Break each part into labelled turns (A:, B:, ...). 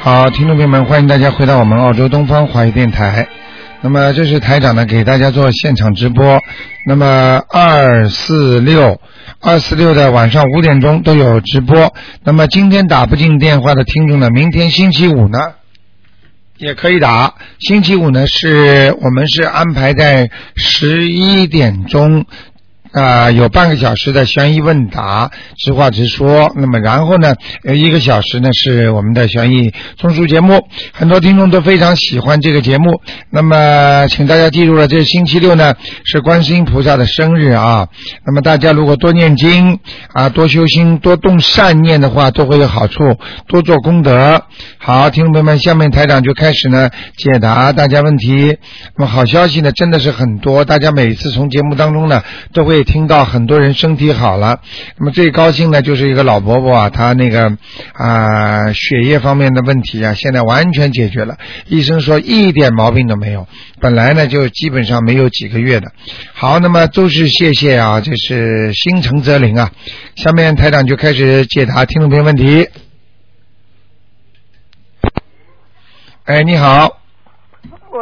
A: 好，听众朋友们，欢迎大家回到我们澳洲东方华语电台。那么这是台长呢给大家做现场直播。那么二四六、二四六的晚上五点钟都有直播。那么今天打不进电话的听众呢，明天星期五呢也可以打。星期五呢是我们是安排在十一点钟。啊、有半个小时的悬疑问答，直话直说。那么然后呢，有一个小时呢是我们的悬疑综述节目，很多听众都非常喜欢这个节目。那么请大家记住了，这星期六呢是观世音菩萨的生日啊。那么大家如果多念经啊，多修心，多动善念的话，都会有好处，多做功德。好，听众朋友们，下面台长就开始呢解答大家问题。那么好消息呢真的是很多，大家每次从节目当中呢都会听到很多人身体好了。那么最高兴呢就是一个老伯伯啊，他那个啊、血液方面的问题啊，现在完全解决了，医生说一点毛病都没有。本来呢就基本上没有几个月的。好，那么都是谢谢啊，这是心诚则灵啊。下面台长就开始解答听众朋友问题。哎，你好，
B: 喂，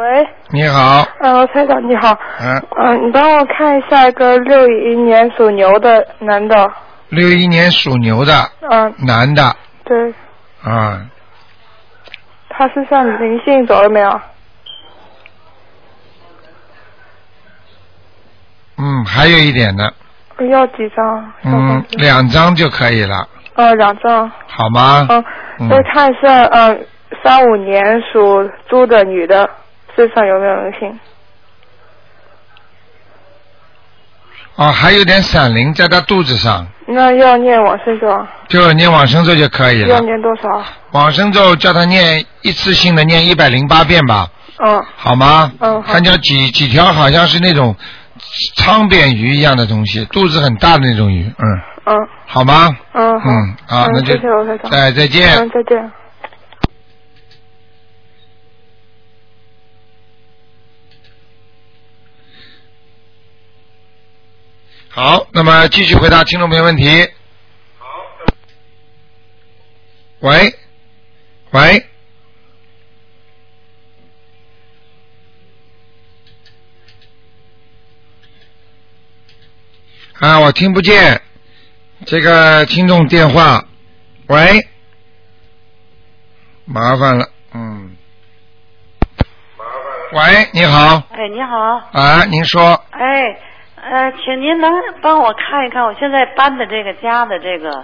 A: 你好，
B: 呃，台长你好，
A: 嗯、
B: 嗯、你帮我看一下一个六一年属牛的男的，
A: 六一年属牛的
B: 嗯、
A: 男的
B: 对，
A: 啊，
B: 他身上灵性走了没有？
A: 嗯，还有一点呢，
B: 要几张？
A: 嗯，两张就可以了，
B: 呃，两张，
A: 好吗？
B: 嗯，
A: 嗯
B: 再看一下，嗯、三五年属猪的女的身上有没有灵性？
A: 哦，还有点闪灵在他肚子上，
B: 那要念往生咒啊，
A: 就念往生咒就可以
B: 要
A: 了。
B: 念多少啊？
A: 往生咒叫他念一次性的念一百零八遍吧，
B: 嗯
A: 好吗？
B: 嗯，好
A: 看，见几几条好像是那种昌扁鱼一样的东西，肚子很大的那种鱼，嗯，
B: 嗯
A: 好吗？
B: 嗯好，
A: 嗯，啊，那就
B: 谢谢罗台长，
A: 哎再见。
B: 嗯，再见。
A: 好，那么继续回答听众朋友问题。好。喂，喂，啊，我听不见这个听众电话。喂，麻烦了，嗯。麻烦了。喂，你好，
C: 哎，你好，
A: 啊，您说，
C: 哎，呃，请您能帮我看一看我现在搬的这个家的这个，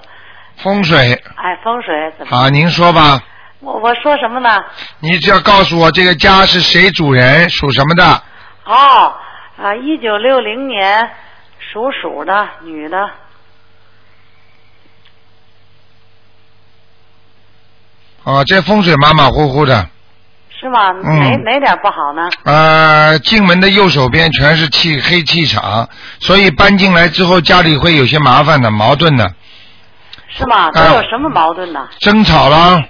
A: 风水，
C: 哎，风水怎么？
A: 好，您说吧。
C: 我我说什么呢？
A: 你只要告诉我这个家是谁主人，属什么的，
C: 哦，啊，一九六零年属鼠的女的，
A: 啊，这风水马马虎虎的，
C: 是吗？
A: 嗯
C: 哪哪点不好呢？
A: 呃，进门的右手边全是气黑气场，所以搬进来之后家里会有些麻烦的、矛盾的，
C: 是吗？都有什么矛盾呢？
A: 争吵啦，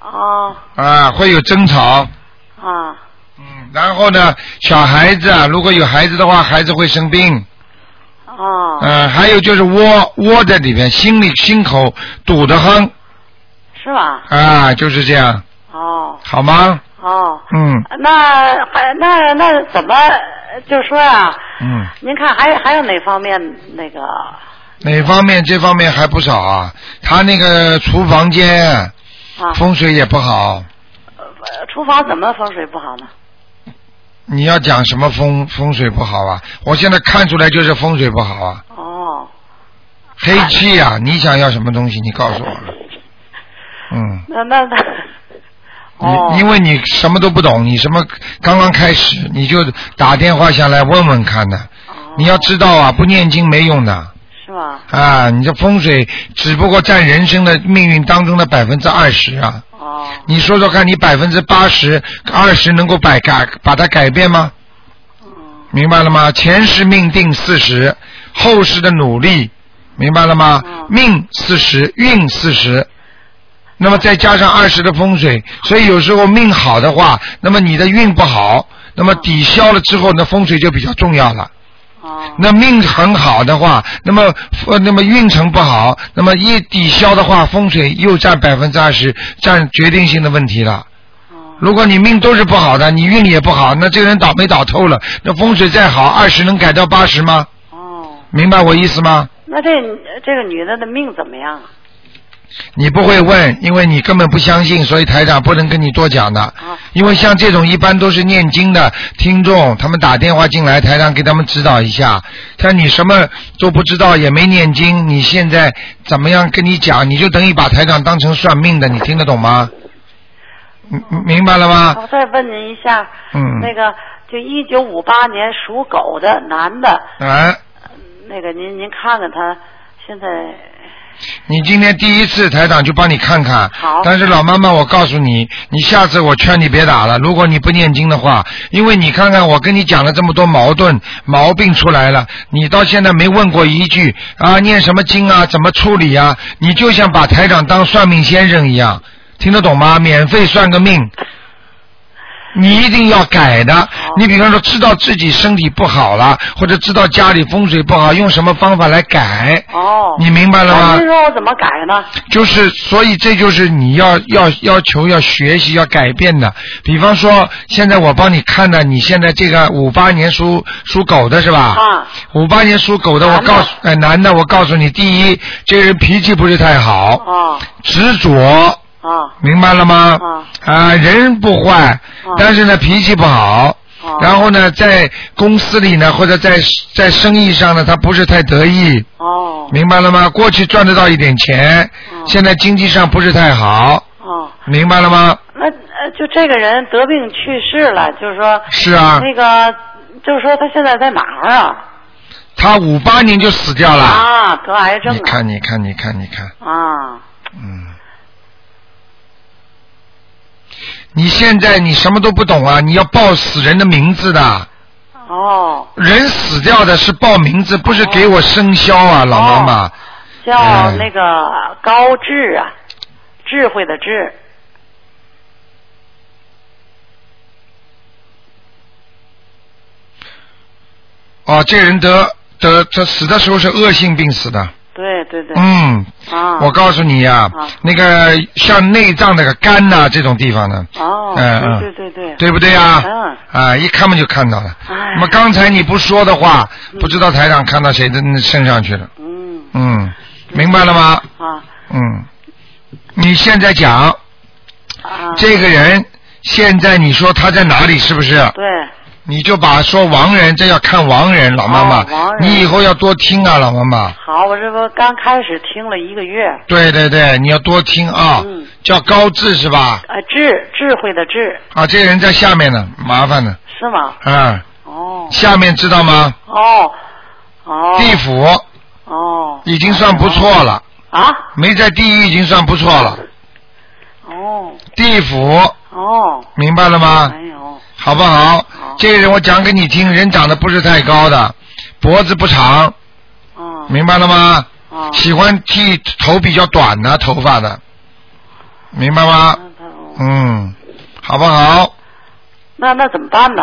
C: 哦，
A: 啊，会有争吵。
C: 啊，
A: 嗯然后呢，小孩子啊，如果有孩子的话，孩子会生病。
C: 哦，
A: 嗯、还有就是窝窝在里边，心里心口堵得慌
C: 是吗？
A: 啊，就是这样，
C: 哦，
A: 好吗？
C: 哦，
A: 嗯
C: 那还那那怎么就说啊？
A: 嗯。
C: 您看还有还有哪方面那个？啊
A: 哪方面？这方面还不少啊。他那个厨房间
C: 啊，
A: 风水也不好。
C: 呃厨房怎么风水不好呢？
A: 你要讲什么风风水不好啊？我现在看出来就是风水不好啊，
C: 哦，
A: 黑气啊！你想要什么东西？你告诉我。 嗯，
C: 那那那，
A: 你、
C: 哦，
A: 因为你什么都不懂，你什么刚刚开始，你就打电话下来问问看呢。
C: 哦
A: 你要知道啊，不念经没用的
C: 是吧？
A: 啊！你这风水只不过占人生的命运当中的百分之二十啊。
C: 哦，
A: 你说说看，你百分之八十、二十能够改改把它改变吗？
C: 嗯，
A: 明白了吗？前世命定四十，后世的努力，明白了吗
C: 嗯？
A: 命四十，运四十，那么再加上二十的风水，所以有时候命好的话，那么你的运不好，那么抵消了之后，那风水就比较重要了。
C: 哦，哦
A: 那命很好的话，那么呃那么运程不好，那么一抵消的话，风水又占百分之二十，占决定性的问题了。
C: 哦
A: 如果你命都是不好的，你运也不好，那这个人倒霉倒透了。那风水再好，二十能改到八十吗？
C: 哦，
A: 明白我意思吗？
C: 那这这个女的的命怎么样？啊
A: 你不会问，因为你根本不相信，所以台长不能跟你多讲的。
C: 啊
A: 因为像这种一般都是念经的听众，他们打电话进来，台长给他们指导一下。像你什么都不知道，也没念经，你现在怎么样跟你讲，你就等于把台长当成算命的，你听得懂吗？嗯明白了吗？
C: 我再问您一下，
A: 嗯
C: 那个就一九五八年属狗的男的，
A: 啊，
C: 那个您您看看他现在
A: 你今天第一次台长就帮你看看。
C: 好
A: 但是老妈妈，我告诉你，你下次我劝你别打了。如果你不念经的话，因为你看看我跟你讲了这么多矛盾毛病出来了，你到现在没问过一句啊，念什么经啊，怎么处理啊？你就像把台长当算命先生一样，听得懂吗？免费算个命。你一定要改的。你比方说，知道自己身体不好了，或者知道家里风水不好，用什么方法来改？
C: 哦，
A: 你明白了吗？
C: 那您说我怎么改呢？
A: 就是，所以这就是你要要要求要学习要改变的。比方说，现在我帮你看的，你现在这个五八年属属狗的是吧？
C: 啊，
A: 五八年属狗的，我
C: 男的
A: 告诉哎男的，我告诉你，第一，这人脾气不是太好，
C: 哦
A: 执着，
C: 哦
A: 明白了吗？
C: 啊
A: 啊，人不坏
C: 啊，
A: 但是呢脾气不好。
C: 哦，
A: 然后呢，在公司里呢，或者在在生意上呢，他不是太得意。
C: 哦
A: 明白了吗？过去赚得到一点钱，
C: 嗯
A: 现在经济上不是太好，
C: 哦，
A: 明白了吗？
C: 那呃就这个人得病去世了，就是说
A: 是啊，
C: 那个就是说他现在在哪儿啊？
A: 他五八年就死掉了。
C: 啊，得癌症
A: 你
C: 了
A: 看，你看，你看，你看，
C: 啊，
A: 嗯。你现在你什么都不懂啊！你要报死人的名字的，
C: 哦，
A: 人死掉的是报名字，不是给我生肖
C: 哦
A: 啊，老妈妈。
C: 叫
A: 嗯
C: 那个高智啊，智慧的智，
A: 哦，这人得得他死的时候是恶性病死的。
C: 对对对，
A: 嗯，
C: 啊，
A: 我告诉你呀、
C: 啊
A: 那个像内脏那个肝呐、这种地方呢，
C: 哦，
A: 嗯
C: 对对对对，
A: 对不对呀、
C: 嗯
A: 啊，一看嘛就看到了。
C: 哎
A: 那么刚才你不说的话，不知道台长看到谁的身上去了。
C: 嗯
A: 嗯，明白了吗？
C: 啊
A: 嗯，你现在讲
C: 嗯啊，
A: 这个人，现在你说他在哪里是不是？
C: 对
A: 你就把说亡人，这要看亡人，老妈妈
C: 哦亡，人
A: 你以后要多听啊，老妈妈。
C: 好，我这不刚开始听了一个月，
A: 对对对，你要多听啊
C: 嗯，
A: 叫高智是吧？
C: 呃，智智慧的智
A: 啊，这个人在下面呢，麻烦呢，
C: 是吗？
A: 啊，
C: 哦
A: 下面知道吗？
C: 哦哦
A: 地府
C: 哦，
A: 已经算不错了，
C: 啊
A: 没在地狱已经算不错了。
C: 哦
A: 地府
C: 哦，
A: 明白了吗？
C: 哎呦
A: 好不好？这个人我讲给你听，人长得不是太高的，脖子不长，
C: 哦
A: 明白了吗？
C: 哦，
A: 喜欢剃头比较短的头发的，明白吗？嗯，好不好？
C: 那那怎么办呢？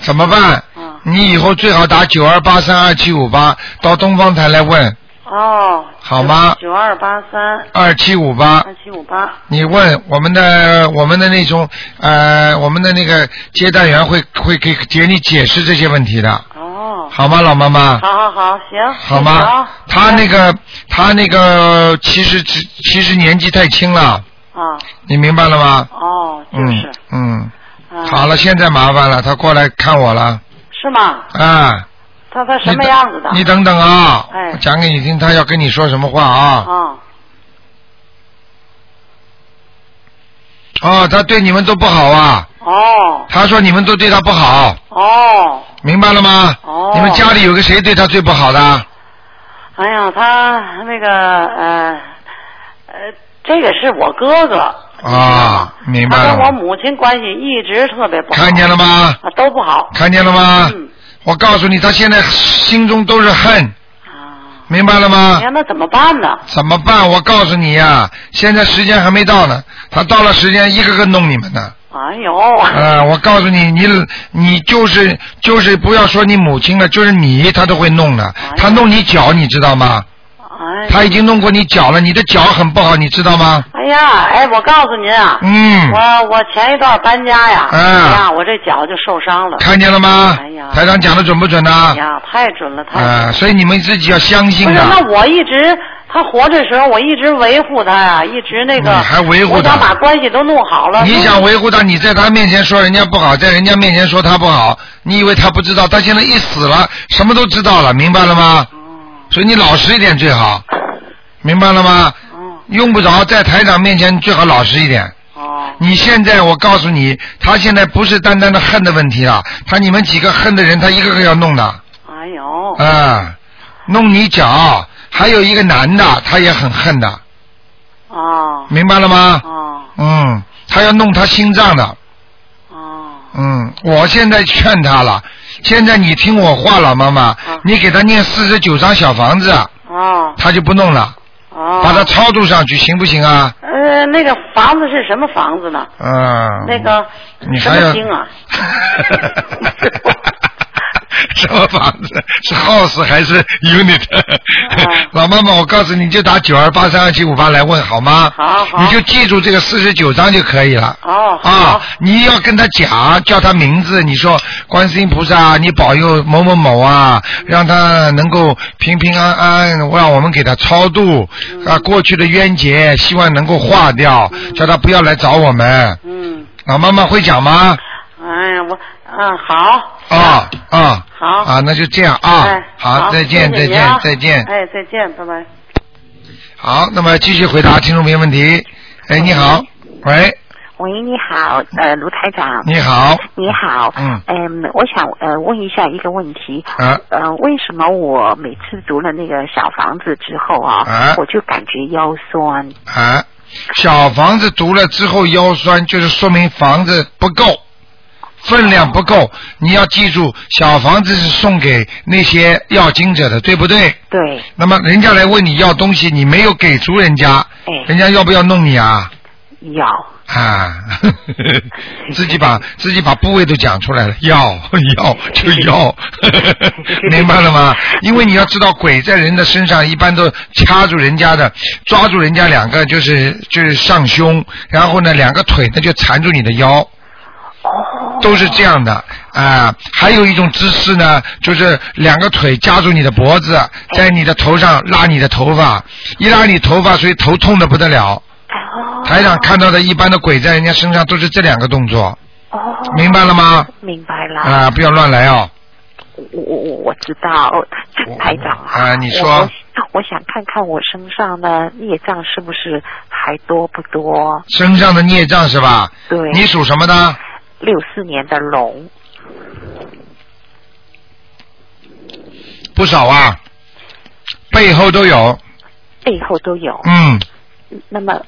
A: 怎么办？
C: 啊
A: 你以后最好打九二八三二七五八到东方台来问
C: 哦，
A: 好吗
C: 九二八三
A: 二七五八。
C: 二七五八
A: 你问我们的我们的那种呃我们的那个接待员会会给给你解释这些问题的，
C: 哦，
A: 好吗，老妈妈？
C: 好好好，行，
A: 啊好
C: 谢谢
A: 吗
C: 啊？
A: 他那个他那个其实只其实年纪太轻了，
C: 啊
A: 你明白了吗？
C: 哦，就
A: 嗯
C: 是，
A: 嗯，
C: 啊
A: 好了，现在麻烦了，他过来看我了
C: 是吗？
A: 啊。
C: 他他
A: 你
C: 什么
A: 等
C: 样子的？
A: 你等等啊，
C: 哎
A: 我讲给你听，他要跟你说什么话啊？
C: 啊
A: 哦，他对你们都不好啊，
C: 哦
A: 他说你们都对他不好，
C: 哦，
A: 明白了吗？
C: 哦
A: 你们家里有个谁对他最不好的？
C: 哎呀，他那个呃呃，这个是我哥哥
A: 啊，明白
C: 他跟我
A: 了，
C: 母亲关系一直特别不好，
A: 看见了吗？
C: 啊都不好。
A: 看见了吗？
C: 嗯
A: 我告诉你，他现在心中都是恨，
C: 啊，
A: 明白了吗
C: 你？看那怎么办呢？
A: 怎么办？我告诉你呀、现在时间还没到呢，他到了时间一个个弄你们呢。
C: 哎呦，
A: 啊，我告诉你，你你就是就是不要说你母亲了，就是你他都会弄的
C: 哎呀，
A: 他弄你脚，你知道吗？
C: 哎，
A: 他已经弄过你脚了，你的脚很不好，你知道吗？
C: 哎呀，哎，我告诉您啊，
A: 嗯，
C: 我我前一段搬家呀，
A: 嗯
C: 哎呀，我这脚就受伤了，
A: 看见了吗
C: 哎呀？
A: 台长讲的准不准啊呢
C: 哎？呀，太准了，太准了
A: 啊，所以你们自己要相
C: 不
A: 信
C: 是，
A: 的。
C: 那我一直他活着时候，我一直维护他呀，一直那个，
A: 你嗯还维护
C: 我
A: 他
C: 想把关系都弄好了。嗯
A: 你
C: 都
A: 想维护他，你在他面前说人家不好，在人家面前说他不好，你以为他不知道？他现在一死了，什么都知道了，明白了吗？
C: 嗯
A: 所以你老实一点最好，明白了吗？
C: 嗯
A: 用不着在台长面前最好老实一点。
C: 哦，
A: 你现在我告诉你，他现在不是单单的恨的问题了，他你们几个恨的人，他一个个要弄的啊、
C: 哎呦，
A: 弄你脚，还有一个男的，他也很恨的，
C: 哦
A: 明白了吗？
C: 哦
A: 嗯，他要弄他心脏的，
C: 哦，
A: 嗯，我现在劝他了，现在你听我话了，妈妈，你给他念四十九张小房子，
C: 哦
A: 他就不弄了，
C: 哦，
A: 把他超度上去，行不行啊？
C: 呃，那个房子是什么房子呢？
A: 嗯，
C: 那个
A: 你
C: 什
A: 还
C: 么
A: 要
C: 经啊？
A: 什么房子？是 house 还是 unit？
C: 啊
A: 老妈妈，我告诉你，你就打九二八三二七五八来问好吗？
C: 好好
A: 你就记住这个四十九章就可以了。
C: 哦，好
A: 啊，你要跟他讲，叫他名字，你说观世音菩萨，你保佑某某某啊，让他能够平平安安，让我们给他超度
C: 嗯
A: 啊过去的冤结，希望能够化掉，叫他不要来找我们。
C: 嗯，
A: 老妈妈会讲吗？
C: 哎呀，我嗯好
A: 啊啊
C: 好
A: 啊，那就这样啊
C: 哎，，
A: 好，再见
C: 谢
A: 再
C: 谢你啊
A: 见再见。
C: 哎，再见，拜拜。
A: 好，那么继续回答听众朋友问题。哎，你好，
C: 嗯
A: 喂，
D: 喂，你好，呃，卢台长，
A: 你好，
D: 你好，
A: 嗯
D: 嗯，我想呃问一下一个问题，
A: 啊
D: 呃，为什么我每次读了那个小房子之后啊，
A: 啊
D: 我就感觉腰酸，
A: 啊，小房子读了之后腰酸，就是说明房子不够，分量不够。你要记住，小房子是送给那些要经者的，对不对？
D: 对，
A: 那么人家来问你要东西，你没有给足人家，
D: 哎，
A: 人家要不要弄你啊？
D: 腰，
A: 啊， 自己把自己把部位都讲出来了， 要要就要， 明白了吗？因为你要知道，鬼在人的身上一般都掐住人家的，抓住人家两个就是就是上胸，然后呢两个腿呢就缠住你的腰，
D: 哦，
A: 都是这样的啊。还有一种姿势呢，就是两个腿夹住你的脖子，在你的头上拉你的头发，一拉你头发，所以头痛的不得了。
D: 哦，
A: 台长看到的一般的鬼在人家身上都是这两个动作，
D: 哦，
A: 明白了吗？
D: 明白了，
A: 啊、不要乱来哦。
D: 我我我我知道呃
A: 我，
D: 台长
A: 啊你说
D: 我我我想看看我身上的孽障是不是还多不多？
A: 身上的孽障是吧？
D: 对，
A: 你属什么的？
D: 六四年的龙。
A: 不少啊，背后都有。
D: 背后都有。
A: 嗯，
D: 那么，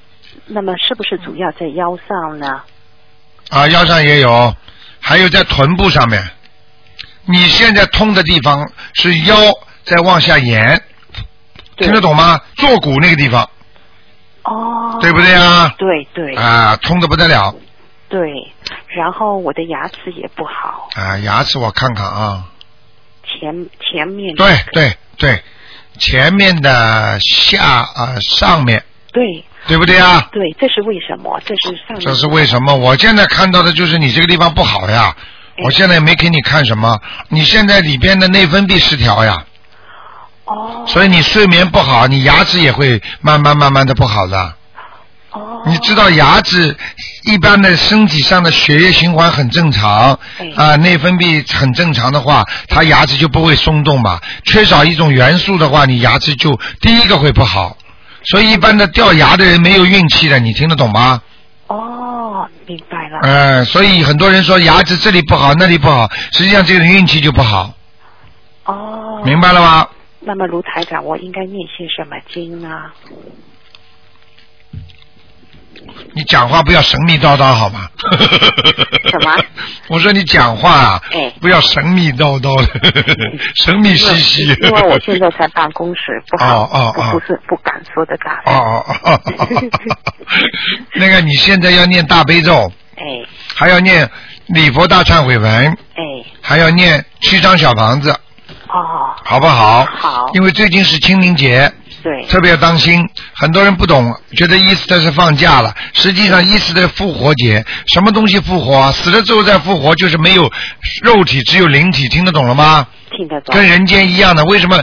D: 那么是不是主要在腰上呢？
A: 啊，腰上也有，还有在臀部上面。你现在痛的地方是腰在往下延，
D: 对
A: 听得懂吗？坐骨那个地方，
D: 哦，
A: 对不对啊？
D: 对对
A: 啊，痛的不得了
D: 对然后我的牙齿也不好，
A: 啊！牙齿我看看啊。
D: 前前面
A: 对对对，前面的下啊、上面，
D: 对
A: 对不对啊？
D: 对，这是为什么？这是上面
A: 这是为什么？我现在看到的就是你这个地方不好呀，
D: 哎
A: 我现在也没给你看什么，你现在里边的内分泌失调呀，
D: 哦
A: 所以你睡眠不好，你牙齿也会慢慢慢慢的不好的。
D: 哦，
A: 你知道牙齿一般的身体上的血液循环很正常，啊、
D: 哎
A: 内分泌很正常的话，它牙齿就不会松动嘛。缺少一种元素的话，你牙齿就第一个会不好。所以一般的掉牙的人没有运气的，你听得懂吗？
D: 哦，明白了，
A: 嗯、所以很多人说牙齿这里不好那里不好，实际上这个人运气就不好，
D: 哦，
A: 明白了吗？
D: 那么卢台长，我应该念些什么 经呢？
A: 你讲话不要神秘叨叨好吗？
D: 什么？
A: 我说你讲话啊，
D: 哎
A: 不要神秘叨叨 的，神秘兮兮。
D: 因为因为 我现在在办公室，不好，
A: 哦哦哦
D: 不不是不敢说的大。
A: 哦哦哦，那个你现在要念大悲咒，
D: 哎哎
A: 还要念礼佛大忏悔文，
D: 哎，
A: 还要念七张小房子，
D: 哦，
A: 好不好？
D: 好
A: 因为最近是清明节，
D: 对，
A: 特别要当心。很多人不懂，觉得 Easter 是放假了，实际上 Easter 的复活节，什么东西复活啊？死了之后再复活，就是没有肉体，只有灵体，听得懂了吗？
D: 听得懂。
A: 跟人间一样的。为什么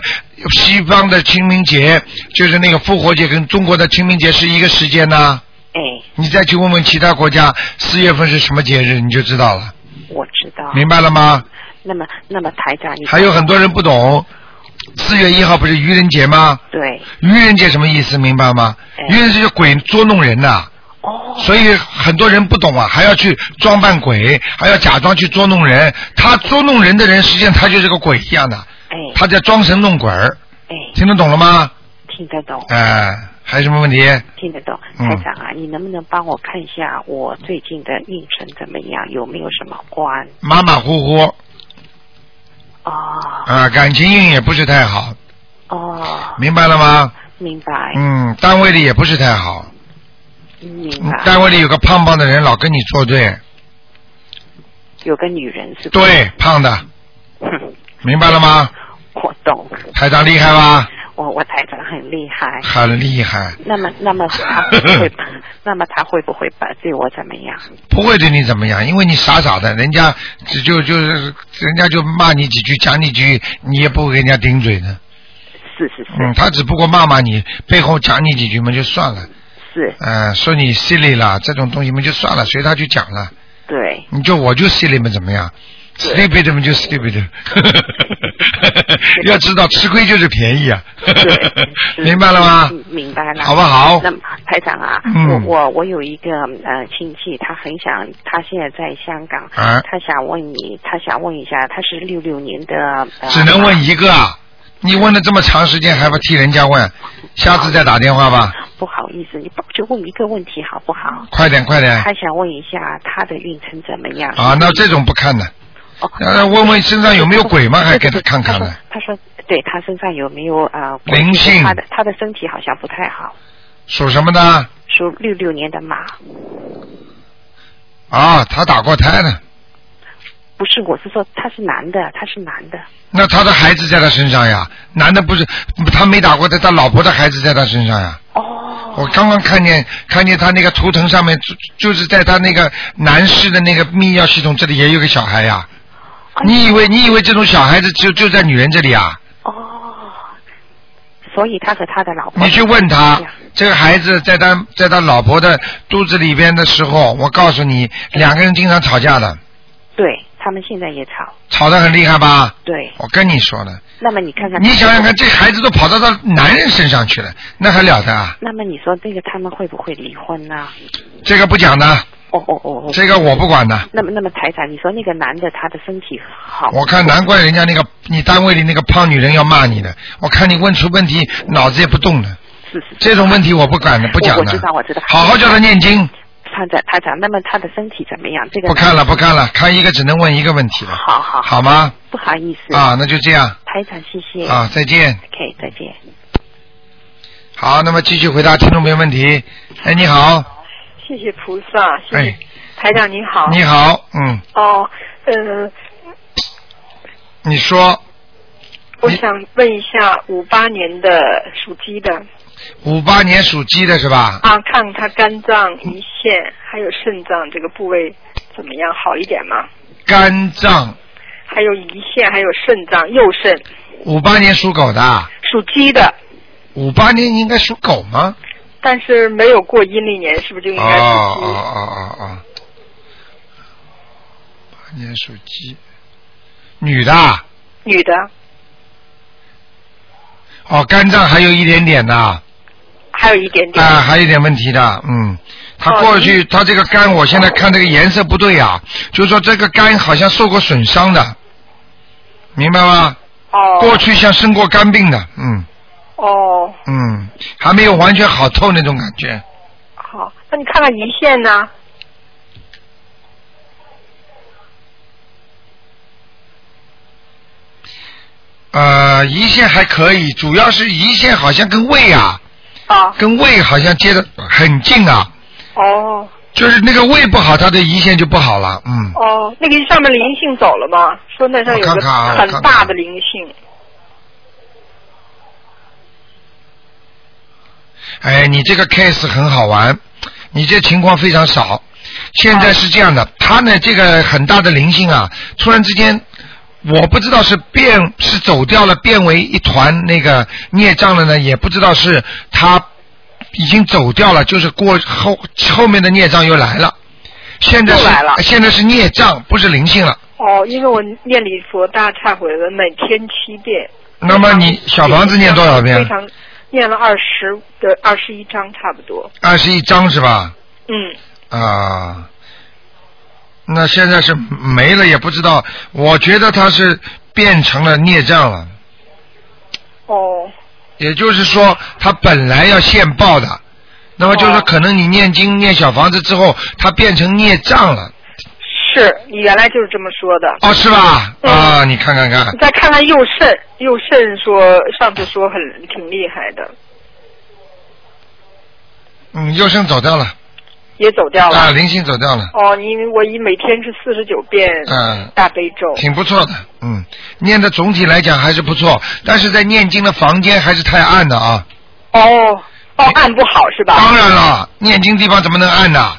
A: 西方的清明节就是那个复活节，跟中国的清明节是一个时间呢？
D: 哎，
A: 你再去问问其他国家四月份是什么节日，你就知道了，
D: 我知道。
A: 明白了吗？
D: 那么，那么台长，你
A: 还有很多人不懂，四月一号不是愚人节吗？
D: 对
A: 愚人节什么意思？明白吗？
D: 哎
A: 愚人节就鬼捉弄人呐、
D: 哦，
A: 所以很多人不懂啊，还要去装扮鬼，还要假装去捉弄人。他捉弄人的人，实际上他就是个鬼一样的，
D: 哎
A: 他在装神弄鬼儿，
D: 哎，
A: 听得懂了吗？
D: 听得懂。
A: 哎、还有什么问题？
D: 听得懂，
A: 嗯
D: 台长啊，你能不能帮我看一下我最近的运程怎么样？有没有什么关
A: 马马虎虎
D: 啊？
A: 啊，感情运也不是太好，
D: 哦，
A: 明白了吗？
D: 明白，
A: 嗯，单位里也不是太好，
D: 明
A: 嗯
D: 白。
A: 单位里有个胖胖的人老跟你作对，
D: 有个女人是吧？
A: 对，胖的，
D: 哼
A: 明白了吗？
D: 我懂，
A: 台长厉害吧？
D: 我我台长很厉害。
A: 很厉害，
D: 那么，那么他 会，那么他会不会把对我怎么样？
A: 不会对你怎么样，因为你傻傻的，人家就就就是人家就骂你几句，讲你几句，你也不会给人家顶嘴的。
D: 是是
A: 嗯，他只不过骂骂你，背后讲你几句嘛就算了，
D: 是，是，
A: 嗯、说你 silly 啦这种东西嘛就算了，随他去讲了。
D: 对，
A: 你就我就 silly 嘛怎么样？stupid 嘛就 stupid，要知道吃亏就是便宜啊，
D: 对，
A: 明白了吗？
D: 嗯明白了，
A: 好不好
D: 那么台长啊，
A: 哦嗯
D: 我我我有一个呃亲戚，他很想，他现在在香港，
A: 啊
D: 他想问你，他想问一下，他是六六年的，呃、
A: 只能问一个啊，你问了这么长时间还不替人家问，下次再打电话吧，
D: 啊不好意思，你帮我就问一个问题好不好？
A: 快点快点
D: 他想问一下他的运程怎么样？
A: 啊！那这种不看的，
D: 哦，
A: 呃，问问身上有没有鬼嘛，还给他
D: 对对对
A: 看看
D: 他
A: 呢
D: 说。他说，对他身上有没有啊、呃、
A: 灵性
D: 他的他的身体好像不太好，
A: 属什么的？
D: 属六六年的马，
A: 啊，他打过胎的，
D: 不是，我是说他是男的，他是男的。
A: 那他的孩子在他身上呀，男的不是他没打过胎，他老婆的孩子在他身上呀。
D: 哦，
A: 我刚刚看见看见他那个图腾上面，就就是在他那个男士的那个泌尿系统这里也有个小孩呀。
D: 哎
A: 你以为你以为这种小孩子就就在女人这里啊？
D: 哦，所以他和他的老婆，
A: 你去问他
D: 哎呀，
A: 这个孩子在他在他老婆的肚子里边的时候，我告诉你，两个人经常吵架的，
D: 对他们现在也吵，
A: 吵得很厉害吧？
D: 对。
A: 我跟你说的，
D: 那么你看看，
A: 你想想看，，这孩子都跑到他男人身上去了，那还了得啊？
D: 那么你说这个他们会不会离婚呢、
A: 这个不讲的，
D: 哦哦哦哦。
A: 这个我不管的。
D: 那么那么台长，你说那个男的他的身体好，
A: 我看难怪人家那个你单位里那个胖女人要骂你的，我看你问出问题脑子也不动了，
D: 是是
A: 这种问题我不管的，不讲
D: 我
A: 的
D: 知道我知道。
A: 好好叫他念经，
D: 台长台长，那么他的身体怎么样？这个
A: 不看了不看了，看一个只能问一个问题了，
D: 好好好，
A: 好吗？
D: 不好意思，
A: 啊，那就这样
D: 台长谢谢
A: 啊，再见。
D: ，OK 再见。
A: 好，那么继续回答听众朋友问题。哎，你好，
E: 谢谢菩萨，谢谢、
A: 哎
E: 台长你好。
A: 你好，嗯，
E: 哦，嗯，
A: 你说
E: 我想问一下，五八年的属鸡的
A: 五八年属鸡的是吧？
E: 啊，看他肝脏、胰腺还有肾脏这个部位怎么样，好一点吗？
A: 肝脏，
E: 还有胰腺，还有肾脏、右肾，
A: 五八年属狗的，啊
E: 属鸡的，
A: 五八年应该属狗吗？
E: 但是没有过阴历年，是不是就应
A: 哦
E: 该
A: 哦
E: 属鸡？
A: 哦哦哦，八年属鸡，女的啊，
E: 女的
A: 哦，肝脏还有一点点的，啊、
E: 还有一点点。
A: 还有一点问题的，嗯，她
E: 哦
A: 过去她这个肝，我现在看这个颜色不对啊，就是说这个肝好像受过损伤的，明白吗？
E: 哦
A: 过去像生过肝病的，嗯
E: 哦，
A: 嗯，还没有完全好透那种感觉，
E: 好，那你看看胰腺呢？
A: 呃，胰腺还可以，主要是胰腺好像跟胃啊，
E: 啊，
A: 跟胃好像接的很近啊，
E: 哦，
A: 就是那个胃不好，他的胰腺就不好了，嗯，
D: 哦，那个上面灵性走了吗？说那上有
A: 我看
D: 个
A: 看啊我
D: 很
A: 看看
D: 大的灵性。
A: 哎，你这个 case 很好玩，你这情况非常少。现在是这样的，他呢这个很大的灵性啊，突然之间，我不知道是变是走掉了，变为一团那个孽障了呢，也不知道是他已经走掉了，就是过后后面的孽障又来了。现在是
D: 又来了
A: 现在是孽障，不是灵性了。
D: 哦，因为我念礼佛大忏悔文每天七遍。
A: 那么你小啊房子念多少遍
D: 非？常，念了二十的二十一章差不多。
A: 二十一章是吧？
D: 嗯，
A: 啊，那现在是没了，也不知道。我觉得他是变成了孽障了，
D: 哦，
A: 也就是说，他本来要现报的，那么就是说
D: 哦
A: 可能你念经念小房子之后，他变成孽障了，
D: 是你原来就是这么说的。
A: 哦，是吧？
D: 嗯
A: 啊，你看看看，
D: 你再看看右肾，右肾说上次说很挺厉害的，
A: 嗯，右生走掉了，
D: 也走掉了。
A: 啊，灵性走掉了，
D: 哦，因为我以每天是四十九遍
A: 嗯。
D: 大悲咒。
A: 挺不错的，嗯，念的总体来讲还是不错，但是在念经的房间还是太暗了啊。
D: 哦，哦，按不好是吧？
A: 当然了，念经地方怎么能暗呢？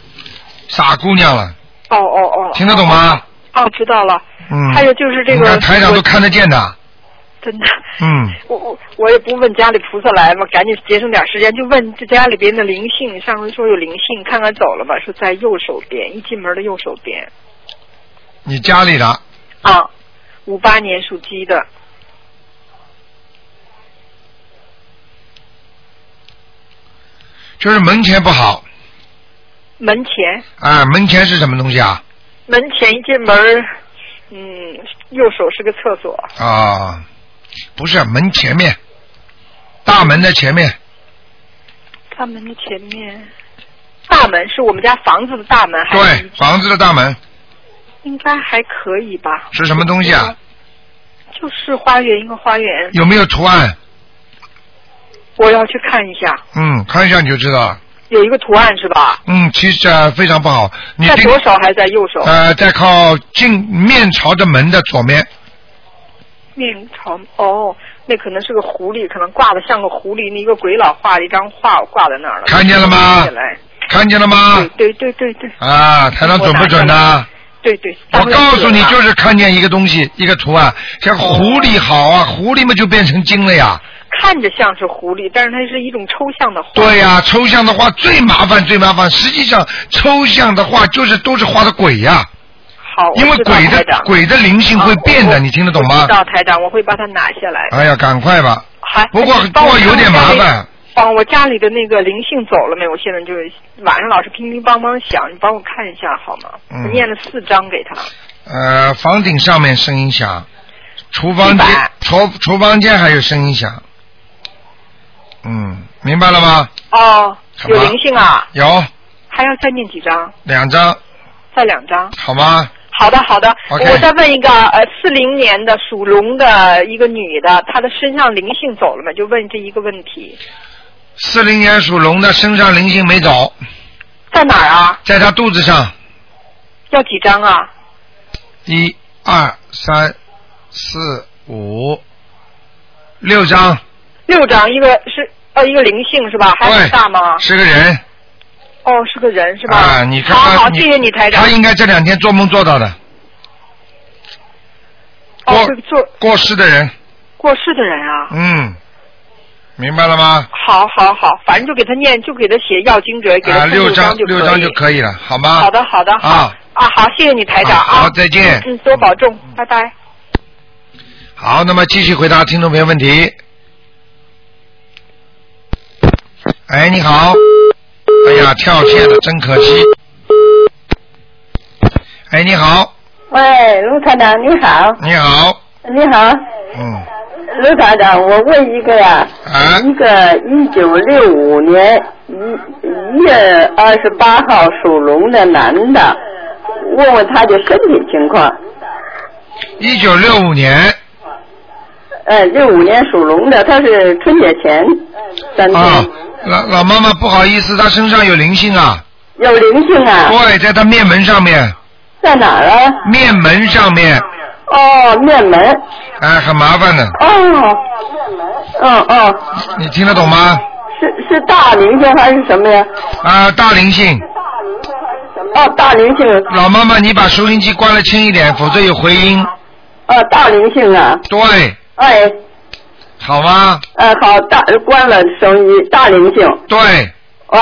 A: 傻姑娘了，
D: 哦哦哦。
A: 听得懂吗？
D: 哦，知道了。
A: 嗯。
D: 还有就是这
A: 你
D: 个
A: 看，台长
D: 我
A: 都看得见的，
D: 真的。
A: 嗯，
D: 我我我也不问家里菩萨来嘛，赶紧节省点时间，就问这家里边的灵性。上回说有灵性，看看走了吧，说在右手边，一进门的右手边
A: 你家里的
D: 啊，五八年属鸡的，
A: 就是门前不好
D: 门前
A: 啊，门前是什么东西啊？
D: 门前一进门儿，嗯，右手是个厕所，
A: 啊，不是门前面，大门的前面，
D: 大门的前面，大门是我们家房子的大门，还是
A: 对，房子的大门
D: 应该还可以吧？
A: 是什么东西啊？
D: 就是花园一个花园，
A: 有没有图案？
D: 我要去看一下，
A: 嗯，看一下你就知道了。
D: 有一个图案是吧？
A: 嗯，其实、呃、非常不好。你
D: 在
A: 这
D: 左手还是在右手？
A: 呃，在靠近面朝着门的左面，
D: 面朝哦，那可能是个狐狸，可能挂的像个狐狸，那一个鬼佬画的一张画，我挂在那儿了。
A: 看见了吗
D: 记起来
A: 看见了吗？
D: 对对对对
A: 啊，台长准不准呢、
D: 对对对。
A: 我告诉你，就是是看见一个东西，一个图案，像狐狸好啊，狐狸嘛就变成精了呀。
D: 看着像是狐狸，但是它是一种抽象的画。
A: 对呀、抽象的话最麻烦，最麻烦。实际上，抽象的话就是都是画的鬼呀、
D: 好，哦我
A: 因为
D: 知道
A: 鬼
D: 台
A: 的
D: 长
A: 鬼的灵性会变
D: 啊
A: 的，
D: 我
A: 你听得懂
D: 我
A: 吗
D: 知？道台长，我会把它拿下来。
A: 哎呀，赶快吧。
D: 还哎
A: 不过不过有点麻。
D: 帮我看看
A: 烦，
D: 哦，我家里的那个灵性走了没有？我现在就是晚上老是乒乒乓乓响，你帮我看一下好吗？
A: 嗯
D: 我念了四张给他。
A: 呃，房顶上面声音响，厨房
D: 地
A: 间
D: 板
A: 厨厨房间还有声音响。嗯，明白了吗？
D: 哦，
A: 什么
D: 有灵性啊，
A: 有
D: 还要再念几张？
A: 两张，
D: 再两张。
A: 好吗？
D: 好的，好的。
A: OK
D: 我再问一个，呃，四零年的属龙的一个女的，她的身上灵性走了没？就问这一个问题，
A: 四零年属龙的身上灵性没走，
D: 在哪儿啊？
A: 在他肚子上，
D: 要几张啊？
A: 一、二、三、四、五、六张，
D: 六张，一个是呃一个灵性是吧？还很
A: 对，
D: 大吗？
A: 是个人
D: 哦，是个人是吧？
A: 啊，你看
D: 好
A: 他，
D: 好，谢谢你台长
A: 他。应该这两天做梦做到的，
D: 哦，
A: 过
D: 是做
A: 过世的人，
D: 过世的人啊。
A: 嗯，明白了吗？
D: 好好好，反正就给他念，就给他写要经者，给他
A: 啊，
D: 送
A: 六张
D: 张就可以。
A: 六张就可以了，好吗？
D: 好的，好的，好
A: 啊
D: 啊，好，谢谢你台长
A: 啊
D: 啊，
A: 好再见
D: 嗯，多保重，拜拜。
A: 好，那么继续回答听众朋友问题。哎，你好。哎呀，跳线了，真可惜。哎，你好，
F: 喂，哎卢团长你好，
A: 你好，
F: 你好，
A: 嗯，
F: 卢团长，我问一个呀、
A: 啊
F: 一个一九六五年一一月二十八号属龙的男的，问问他的身体情况。
A: 一九六五年
F: 呃，六五年属龙的，他是春节前三天。
A: 啊，老老妈妈不好意思，她身上有灵性啊，
F: 有灵性啊，
A: 对，在他面门上面，
F: 在哪儿啊？
A: 面门上面，
F: 哦，面门，
A: 哎，很麻烦的，
F: 哦，嗯嗯，
A: 你听得懂吗？
F: 是是大灵性还是什么呀？
A: 啊，大灵性，
F: 哦，大灵性，
A: 老妈妈，你把收音机关了轻一点，否则有回音。
F: 哦，大灵性啊，
A: 对，
F: 哎，
A: 好吗？
F: 呃，好，大关了收音机，大灵性，
A: 对，
F: 喂，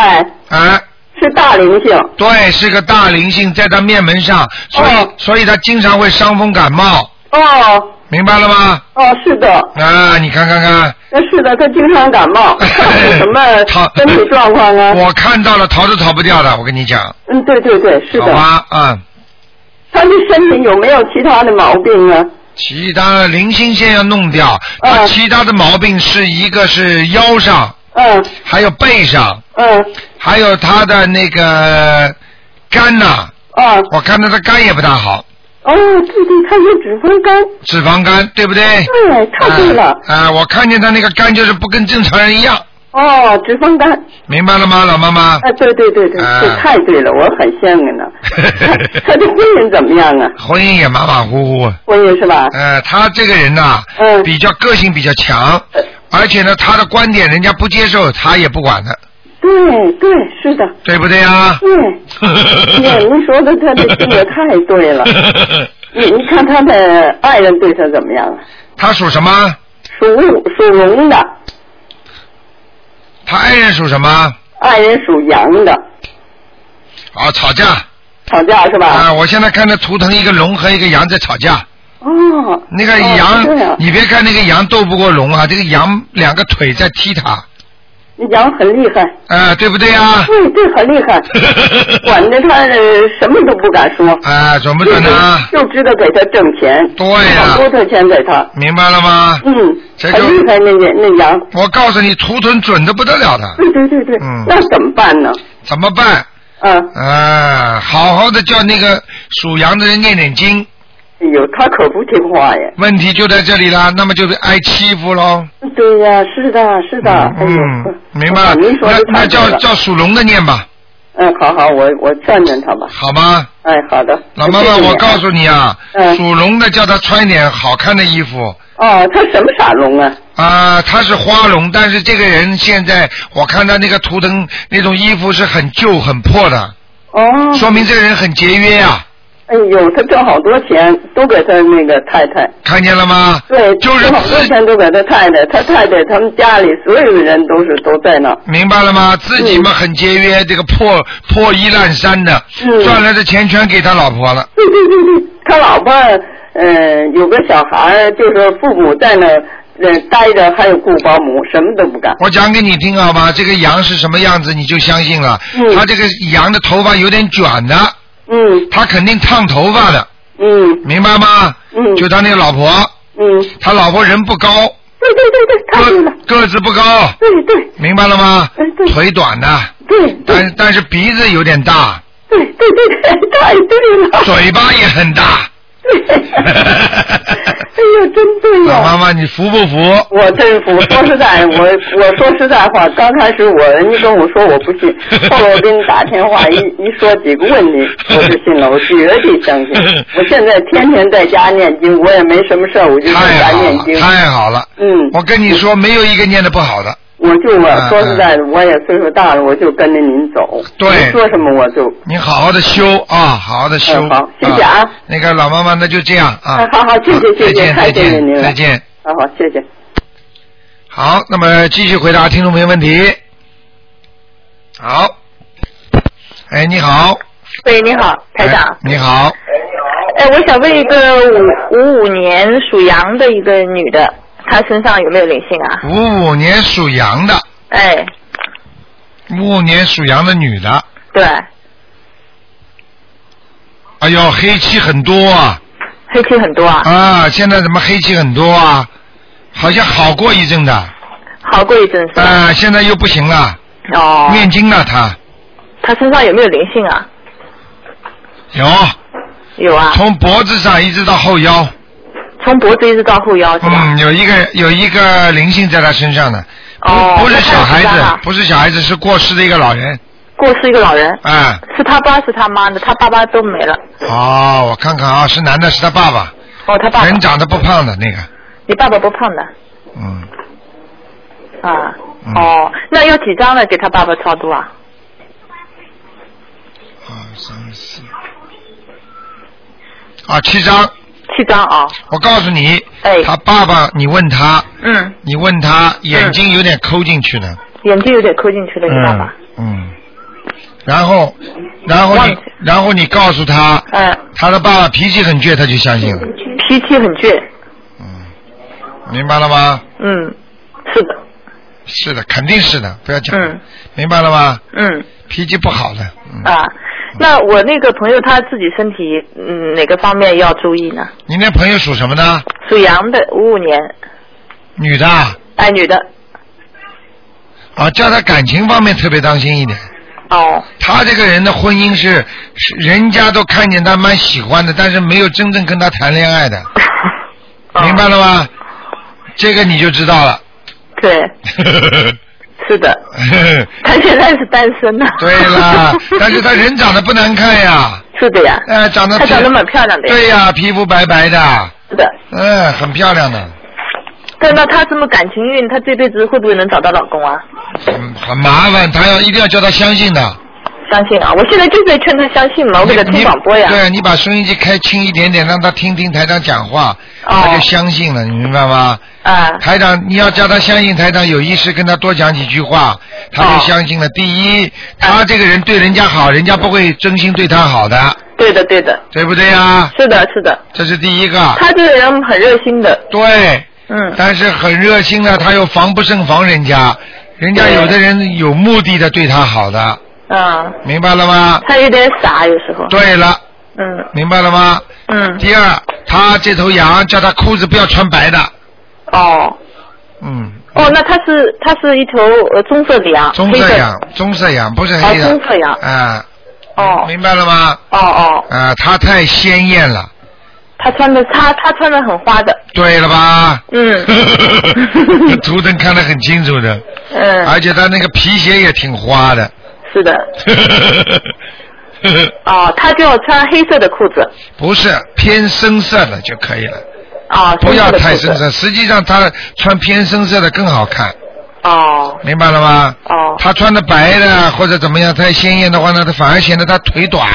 A: 啊，
F: 是大灵性，
A: 对，是个大灵性在他面门上，所以、
F: 哦
A: 所以他经常会伤风感冒，
F: 哦
A: 明白了吗？
F: 哦，是的，
A: 啊，你看看看，
F: 那是的，他经常感冒，他是什么
A: 他呃
F: 身体状况啊？
A: 我看到了，逃都逃不掉的，我跟你讲，
F: 嗯，对对对，是
A: 好
F: 的。
A: 吧，嗯，
F: 他的身体有没有其他的毛病啊？
A: 其他的零星线要弄掉，他
F: 嗯
A: 其他的毛病是一个是腰上，
F: 嗯
A: 还有背上，
F: 嗯
A: 还有他的那个肝呐、
F: 啊
A: 我看到他肝也不大好，
F: 哦，对对，他有脂肪肝，
A: 脂肪肝，对不对？
F: 对，嗯太对了。
A: 啊、啊我看见他那个肝就是不跟正常人一样，哎
F: 哦，脂肪肝，
A: 明白了吗，老妈妈？
F: 啊，对对对对，
A: 啊
F: 这太对了，我很羡慕呢。他他的婚姻怎么样啊？
A: 婚姻也马马虎虎，啊
F: 婚姻是吧？
A: 呃，他这个人呐、
F: 嗯呃
A: 比较个性比较强，而且呢，他的观点人家不接受，他也不管的，
F: 对对，是的，
A: 对不对 啊？
F: 对。呀，您说的他这性格太对了。你你看他的爱人对他怎么样啊？
A: 他属什么？
F: 属属龙的，
A: 他爱人属什么？
F: 爱人属羊的，
A: 啊，吵架啊、
F: 吵架是吧？
A: 我现在看着图腾一个龙和一个羊在吵架，
F: 哦，
A: 那个
F: 哦
A: 羊，
F: 这样
A: 你别看那个羊斗不过龙啊，这个羊两个腿在踢它，啊、
F: 羊很厉害，
A: 对不对啊？
F: 对嗯对，很厉 害，管着他呃什么都不敢说，
A: 啊、准不
F: 就
A: 准呢？
F: 就知道给他挣钱，
A: 对呀
F: 好多的钱给他，
A: 明白了吗？
F: 嗯，
A: 这
F: 很
A: 就
F: 厉害那那那羊，
A: 我告诉你，图腾准的不得了的，
F: 对对对对，
A: 嗯
F: 那怎么办呢？
A: 怎么办？
F: 啊，
A: 啊，好好的叫那个属羊的人念点经，
F: 哎呦，他可不听话呀，
A: 问题就在这里啦，那么就是挨欺负喽。
F: 对呀，是的，是的，哎呦
A: 嗯，，明白了。
F: 啊您说
A: 那
F: 的
A: 那
F: 太对
A: 叫
F: 了，
A: 叫属龙的念吧，
F: 嗯，好好，我我劝劝他吧，
A: 好吗？
F: 哎，好的，
A: 老妈妈，
F: 谢谢你啊
A: 我告，诉你啊，
F: 嗯
A: 属龙的叫他穿一点好看的衣服
F: 哦，他什么傻龙啊？
A: 啊。他是花龙，但是这个人现在我看他那个图腾那种衣服是很旧很破的，
F: 哦，
A: 说明这个人很节约啊。
F: 哎呦，他挣好多钱，都给他那个太太，
A: 看见了吗？
F: 对，
A: 就是
F: 挣好多
A: 自
F: 钱都给他太太，他太太他们家里所有人都是都在那，
A: 明白了吗？自己嘛很节约，这个破破衣烂衫的，
F: 嗯
A: 赚来的钱全给他老婆了。
F: 对对对对，他老婆呃有个小孩儿，就是父母在那呃待着，还有雇保姆，什么都不干。
A: 我讲给你听好吗？这个羊是什么样子，你就相信了。
F: 嗯
A: 他这个羊的头发有点卷的，
F: 嗯
A: 他肯定烫头发的，
F: 嗯
A: 明白吗？
F: 嗯
A: 就他那个老婆，
F: 嗯，
A: 他老婆人不高，
F: 对对对对，太对
A: 个
F: 了，
A: 个子不高，
F: 对对
A: 明白了吗
F: 嗯？对
A: 腿短的，
F: 对对
A: 但但是鼻子有点大，
F: 对对对对，太对了，
A: 嘴巴也很大。
F: 对，哎呦，真对
A: 老
F: 呀、
A: 啊妈妈，你服不服？
F: 我真服，说实在，我我说实在话，刚开始我人家跟我说我不 信，后来我给你打电话一一说几个问题，我就信了，我绝对相 信。我现在天天在家念经，我也没什么事儿，我就在
A: 太
F: 家
A: 好
F: 念
A: 了，
F: 经。
A: 太好了！
F: 嗯，
A: 我跟你说，没有一个念的不好的。
F: 我就我
A: 嗯
F: 说实在的，我也岁数大了，我就跟着您走。
A: 对
F: 您说什么我就。
A: 你好好的修啊，好好的修。
F: 嗯好谢谢啊
A: 那个老妈妈，那就这样啊
F: 哎。好好谢谢谢谢
A: 再见，
F: 太
A: 再
F: 谢谢您
A: 见，
F: 了
A: 再见。
F: 好啊好，谢谢。
A: 好，那么继续回答听众朋友问题。好，哎，你好，
G: 喂，你好，台长
A: 哎。你好，
G: 哎，我想问一个五五五年属羊的一个女的，她身上有没有灵性啊？
A: 五五年属羊的，
G: 哎，
A: 五五年属羊的女的，
G: 对，
A: 哎呦，黑气很多啊
G: 黑气很多啊，
A: 啊！现在怎么黑气很多啊？好像好过一阵的，啊、
G: 好过一阵是吧？
A: 现在又不行了，
G: 哦，
A: 嗯念经了她
G: 她身上有没有灵性啊？
A: 有
G: 有啊，
A: 从脖子上一直到后腰。
G: 从脖子一直到后腰是吧？
A: 嗯，有一个有一个灵性在他身上呢，不
G: 哦，
A: 不是小孩
G: 那她有多大
A: 子
G: 啊，
A: 不是小孩子，是过世的一个老人，
G: 过世一个老人，
A: 啊，
G: 是他爸是他妈的，他爸爸都没了。
A: 哦，我看看啊，是男的，是他爸爸，
G: 哦，他爸爸
A: 人，长得不胖的那个，
G: 你爸爸不胖的
A: 嗯，
G: 啊？
A: 嗯
G: 哦，那要几张呢？给他爸爸超度啊？
A: 二三四，啊，七张。
G: 七张啊、
A: 我告诉你，
G: 哎
A: 他爸爸，你问他，
G: 嗯，
A: 你问他，眼睛有点抠进去了，
G: 眼睛有点抠进去了，你爸
A: 嗯
G: 爸。
A: 嗯，然后，然后
G: 忘
A: 你
G: 记，
A: 然后你告诉他，
G: 嗯、
A: 他的爸爸脾气很倔，他就相信了，
G: 脾气很倔，
A: 明白了吗？
G: 嗯，是的，
A: 是的，肯定是的，不要讲，
G: 嗯
A: 明白了吗？
G: 嗯
A: 脾气不好的，嗯，
G: 啊。那我那个朋友他自己身体，嗯，哪个方面要注意呢？
A: 你那朋友属什么呢？
G: 属羊的，五五年，
A: 女的啊，
G: 哎，女的，
A: 啊，叫她感情方面特别当心一点。
G: 哦，
A: 她这个人的婚姻是，是人家都看见她蛮喜欢的，但是没有真正跟她谈恋 爱的。
G: 哦
A: 明白了吗？这个你就知道了。
G: 对，是的，他现在是单身的。
A: 对 啦，但是他人长得不难看呀，
G: 是的呀，
A: 呃，长得
G: 她长得蛮漂亮的呀
A: 对呀，皮肤白白的，
G: 是的。
A: 嗯，很漂亮的，
G: 但那她这么感情运，她这辈子会不会能找到老公啊？
A: 很很麻烦，他要一定要叫他相信的。
G: 相信啊！我现在就在劝她相信嘛，我给她
A: 你
G: 听广播呀。
A: 对你把收音机开轻一点点，让他听听台长讲话，
G: 哦
A: 他就相信了，你明白吗？
G: 啊，
A: 台长，你要叫他相信台长，有意识跟他多讲几句话，他就
G: 哦
A: 相信了。第一，他这个人对人家好，人家不会真心对他好的，
G: 对的，对的，
A: 对不对呀？
G: 是的，是的。
A: 这是第一个。
G: 她这个人很热心的，
A: 对，
G: 嗯，
A: 但是很热心的，他又防不胜防人家，人家
G: 对
A: 有的人有目的的对他好的，
G: 啊，
A: 明白了吗？
G: 她有点傻，有时候。
A: 对了，
G: 嗯
A: 明白了吗？
G: 哦嗯，
A: 第二，他这头羊叫他裤子不要穿白的，
G: 哦
A: 嗯，
G: 哦，那她是她是一头呃棕色的羊，
A: 棕
G: 黑
A: 色
G: 色
A: 羊，棕色羊不是
G: 哦
A: 黑的，
G: 棕色羊
A: 啊，
G: 哦
A: 明白了吗？
G: 哦哦，
A: 啊，他太鲜艳了，
G: 她穿的她她穿的很花的，
A: 对了吧？
G: 嗯
A: 图腾看得很清楚的，而
G: 嗯，
A: 且他那个皮鞋也挺花的，
G: 是的，哦，她就穿黑色的裤子，
A: 不是偏深色的就可以了，
G: 哦，
A: 不要太深
G: 深色的裤
A: 色。
G: 子
A: 实际上他穿偏深色的更好看，
G: 哦
A: 明白了吗？
G: 哦
A: 他穿的白的或者怎么样太鲜艳的话呢，他反而显得他腿短。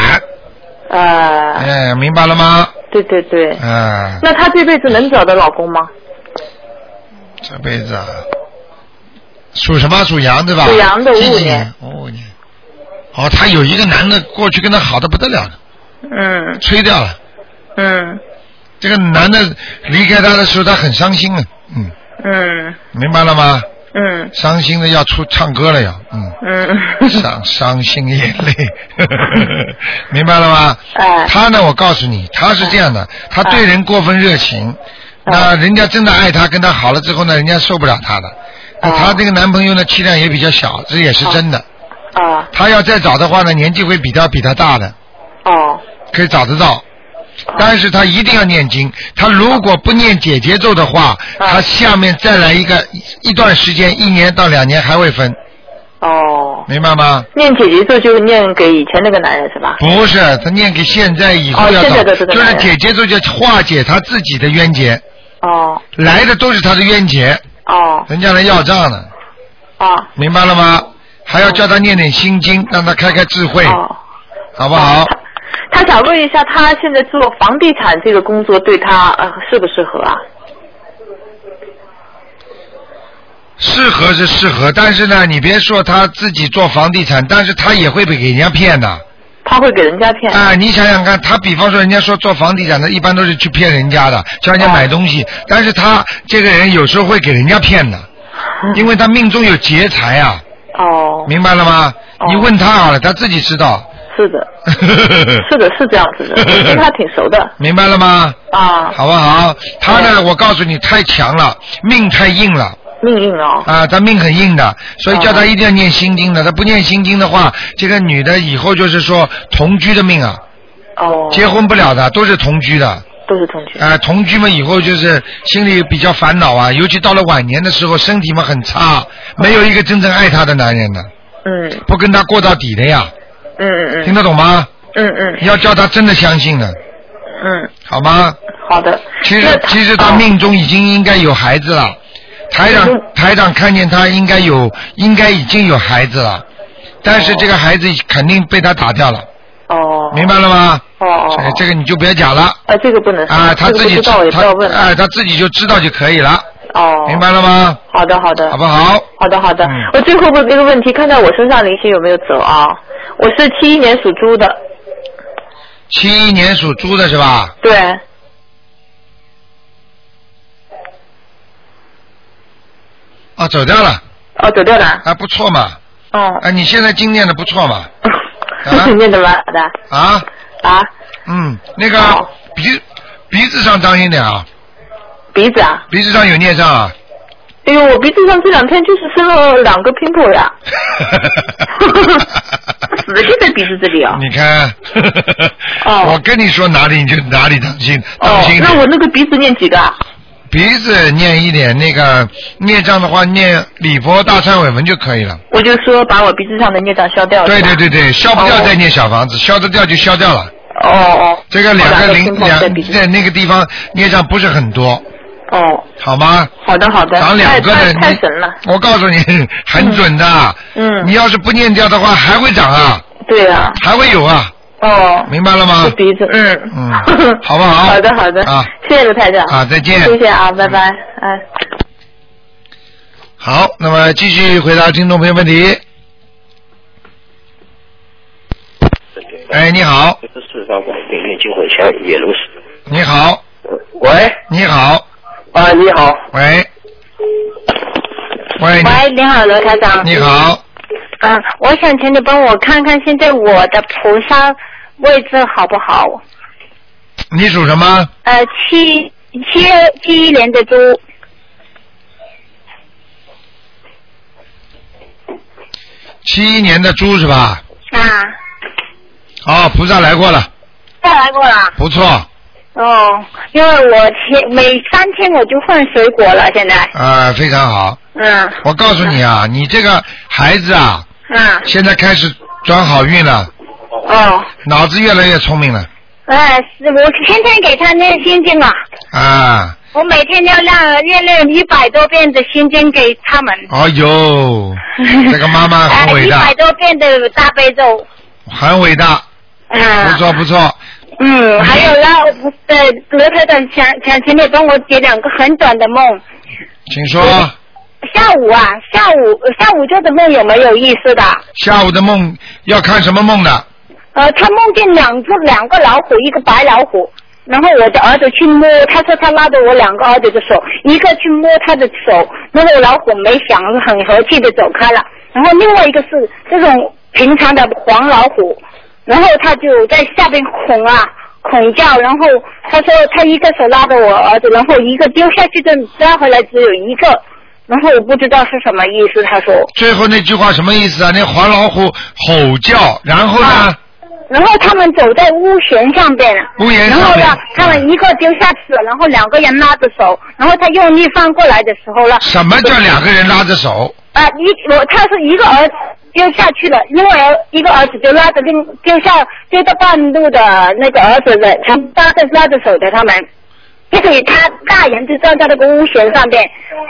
G: 呃，
A: 哎，明白了吗？
G: 对对对，
A: 啊，
G: 那她这辈子能找到老公吗？
A: 这辈子啊，属什么？属羊对吧？
G: 属羊的
A: 几
G: 55
A: 几
G: 年，
A: 五五年。哦，他有一个男的过去跟他好的不得了的，
G: 嗯
A: 吹掉了。
G: 嗯
A: 这个男的离开他的时候，他很伤心啊，嗯，
G: 嗯
A: 明白了吗？
G: 嗯
A: 伤心的要出唱歌了要，嗯，
G: 嗯，
A: 伤伤心眼泪， 明白了吗？
G: 哎
A: 他呢，我告诉你，他是这样
G: 啊
A: 的，他对人过分热情，那人家真的爱他，跟他好了之后呢，人家受不了他的。那他这个男朋友呢，气量也比较小，这也是真的。
G: 啊
A: 他要再找的话呢，年纪会比他比他大的，
G: 哦
A: 可以找得到。但是他一定要念经，他如果不念解结咒的话，
G: 啊
A: 他下面再来一个一段时间，一年到两年还会分，
G: 哦，
A: 明白吗？
G: 念姐姐咒就念给以前那个男人是吧？
A: 不是，他念给现在以后
G: 哦
A: 要
G: 现
A: 找，
G: 在的这个
A: 就是
G: 男人
A: 解结咒，就化解他自己的冤结，
G: 哦
A: 来的都是他的冤结，
G: 哦
A: 人家来要账的，
G: 哦
A: 明白了吗？还要叫他念点心经，让他开开智慧，
G: 哦，
A: 好不好？
G: 他想问一下，他现在做房地产这个工作对他呃适不适合啊？
A: 适合是适合，但是呢，你别说他自己做房地产，但是他也会被给人家骗的。
G: 他会给人家骗？
A: 啊，你想想看，他比方说人家说做房地产的，一般都是去骗人家的，叫人家买东
G: 啊
A: 西，但是他这个人有时候会给人家骗 的，因为他命中有劫财啊，
G: 哦，
A: 明白了吗？
G: 哦
A: 你问他好了，他自己知道。
G: 是的， 是的，是这样子的，我跟他挺熟的
A: 明白了吗？
G: 啊，
A: 好不好？他呢，我告诉你，太强了，命太硬了嗯
G: 命运哦，
A: 啊，他命很硬的，所以叫他
G: 哦
A: 一定要念心经的。他不念心经的话，这个女的以后就是说同居的命啊，
G: 哦，
A: 结婚不了的，都是同居的。
G: 都是同居，
A: 啊，同居嘛，以后就是心里比较烦恼啊，尤其到了晚年的时候，身体嘛很差，没有一个真正爱她的男人的，
G: 嗯
A: 不跟他过到底的呀，
G: 嗯嗯
A: 听得懂吗？
G: 嗯嗯
A: 要叫他真的相信的，
G: 嗯，
A: 好吗？
G: 好的。
A: 其
G: 那
A: 实
G: 他哦
A: 其实他命中已经应该有孩子了，台
G: 嗯
A: 长台长看见他应该有应该已经有孩子了，但是这个孩子肯定被他打掉了，
G: 哦
A: 明白了吗？
G: 哦哦，
A: 哎这个你就不要讲了
G: 啊，这个不能说
A: 啊，他
G: 这个
A: 自
G: 不
A: 己
G: 知道我也不要问
A: 他哎他自己就知道就可以了，
G: 哦，
A: 明。白了吗？
G: 好的，好的，
A: 好不好？
G: 好的，好的
A: 嗯。
G: 我最后问这个问题，看看我身上灵性有没有走啊？我是七一年属猪的，
A: 七一年属猪的是吧？
G: 对，
A: 啊，走掉了，啊
G: 哦，走掉了，
A: 还不错嘛，
G: 哦，
A: 哎，你现在经验的不错嘛，啊
G: 念的蛮好的
A: 啊，
G: 啊，
A: 嗯，那个
G: 好
A: 鼻鼻子上当心点啊，
G: 鼻子啊，
A: 鼻子上有孽障 啊。
G: 哎呦，我鼻子上这两天就是生了两个苹果呀，死的就在鼻子这里啊。
A: 你看，
G: 哦
A: 我跟你说哪里你就哪里当心，
G: 哦
A: 当心，点。
G: 那我那个鼻子念几个啊？
A: 鼻子念一点那个孽障的话，念礼佛大忏悔文就可以了。
G: 我就说把我鼻子上的孽障消掉。
A: 对
G: 是吧
A: 对。对对，消不掉
G: 哦
A: 再念小房子，消得掉就消掉了。
G: 哦哦。
A: 这个两
G: 我
A: 个
G: 个
A: 零
G: 心痛
A: 两
G: 在鼻子。
A: 在那个地方孽障不是很多，
G: 哦，
A: 好吗？
G: 好的好的。
A: 长两个
G: 太
A: 的，
G: 太太
A: 你
G: 神了。
A: 我告诉你，很准的。
G: 嗯
A: 你要是不念掉的话，还会长啊，
G: 对啊。
A: 还会有啊，
G: 哦。
A: 明白了吗
G: 这？鼻子，嗯
A: 嗯好不好
G: 好的好的。
A: 啊。
G: 谢谢卢台长。
A: 啊，再见。嗯
G: 谢谢啊，拜拜，哎。
A: 好，那么继续回答听众朋友问题。哎，你好，
H: 这是四张广电运金回香野如是。
A: 你好，
H: 喂，
A: 你好，
H: 啊，你好，
A: 喂，喂，
I: 喂，你好，罗台长。
A: 你好，
I: 嗯，我想请你帮我看看现在我的菩萨位置好不好？
A: 你属什么？
I: 呃，七七七一年的猪，
A: 七一年的猪是吧？
I: 啊，
A: 哦，菩萨来过了，
I: 再来过了。
A: 不错啊、
I: 哦，因为我前每三天我就换水果了，现在。
A: 啊非常好。
I: 嗯
A: 我告诉你啊，你这个孩子啊，
I: 嗯
A: 现在开始转好运了，
I: 哦，
A: 脑子越来越聪明了
I: 哎、是我天天给他念心经啊，
A: 啊！
I: 我每天要让念念一百多遍的心经给他们。哎
A: 哎呦，这个妈妈很伟
I: 一
A: 大
I: 百，多遍的大悲咒。
A: 很伟大。
I: 嗯。
A: 不错不错，
I: 嗯，还有啦，我呃，罗台长想想请你帮我解两个很短的梦。
A: 请说。
I: 嗯下午啊，下午下午做的梦有没有意思的？
A: 下午的梦要看什么梦的？
I: 呃，他梦见两只两个老虎，一个白老虎，然后我的儿子去摸，他说他拉着我两个儿子的手，一个去摸他的手，那个老虎没响，很和气的走开了。然后另外一个是这种平常的黄老虎，然后他就在下边恐啊恐叫，然后他说他一个手拉着我儿子，然后一个丢下去的抓回来只有一个，然后我不知道是什么意思，他说。
A: 最后那句话什么意思啊？那黄老虎吼叫，然后呢
I: 啊？然后他们走在屋檐上边，
A: 屋檐上
I: 然后
A: 边
I: 呢，他们一个丢下去了，然后两个人拉着手，然后他用力翻过来的时候呢，
A: 什么叫两个人拉着手？
I: 啊、一我他是一个儿子丢下去了，另外儿一个儿子就拉着另丢下丢到半路的那个儿子的，他们拉着拉着手的他们。就是他大人就站在那个屋檐上面，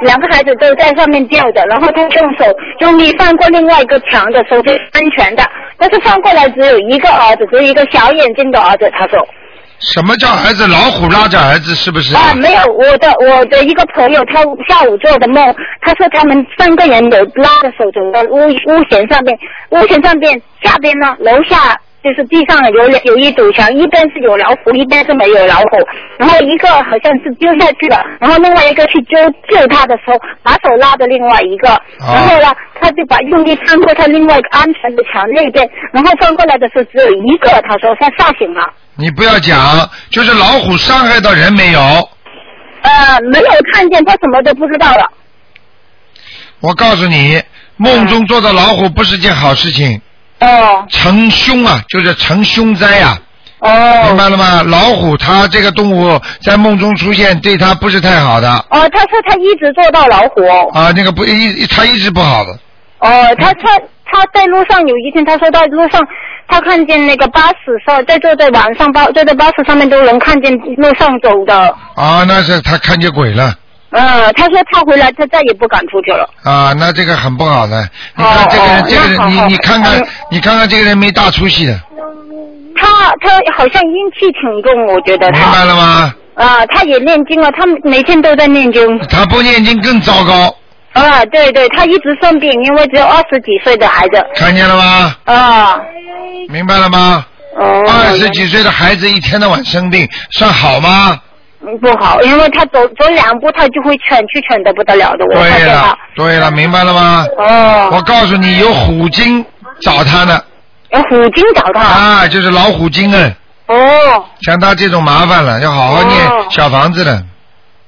I: 两个孩子都在上面吊着，然后他用手用力翻过另外一个墙的时候就是安全的，但是翻过来只有一个儿子，只有一个小眼睛的儿子，他说。
A: 什么叫儿子老虎拉着儿子？是不是？
I: 啊，没有，我的我的一个朋友，他下午做的梦，他说他们三个人有拉着手走到屋屋檐上面，屋檐上面下边呢，楼下就是地上有两有一堵墙，一边是有老虎，一边是没有老虎，然后一个好像是丢下去了，然后另外一个去救救他的时候，把手拉着另外一个，然后呢，他就把用力翻过他另外一个安全的墙那边，然后翻过来的时候只有一个，他说他吓醒了。
A: 你不要讲，就是老虎伤害到人没有？
I: 呃，没有看见，他什么都不知道了。
A: 我告诉你，梦中做到老虎不是件好事情，
I: 哦
A: 成凶啊，就是成凶灾啊。
I: 哦
A: 明白了吗？老虎它这个动物在梦中出现，对它不是太好的
I: 哦，他说他一直做到老虎哦。
A: 啊，那个不一，它一直不好的。
I: 哦，他他他他在路上有一天，他说到路上，他看见那个巴士上，在坐在晚上巴坐在巴士上面都能看见路上走的。
A: 啊，那是他看见鬼了
I: 嗯，他说他回来，他再也不敢出去了。
A: 啊，那这个很不好的。你看这个人，
I: 哦
A: 这个
I: 那好
A: 人，你
I: 好哎
A: 你看看，你看看这个人没大出息的，
I: 他他好像阴气挺重，我觉得
A: 明白
I: 他。
A: 了吗？
I: 啊，他也念经了，他每天都在念经。
A: 他不念经更糟糕，
I: 啊，对对，他一直生病，因为只有二十几岁的孩子。
A: 看见了吗？
I: 啊，
A: 明白了吗？
I: 哦
A: 二十几岁的孩子一天到晚生病，算好吗？
I: 嗯不好，因为他走走两步，他就会喘气喘的不得了的。我看
A: 对
I: 见
A: 了
I: 他。，
A: 对了，明白了吗？
I: 哦，
A: 我告诉你，有虎鲸找他呢，
I: 有虎鲸找他。
A: 啊，就是老虎鲸啊，
I: 哦，
A: 像他这种麻烦了，要好好
I: 哦
A: 念小房子的。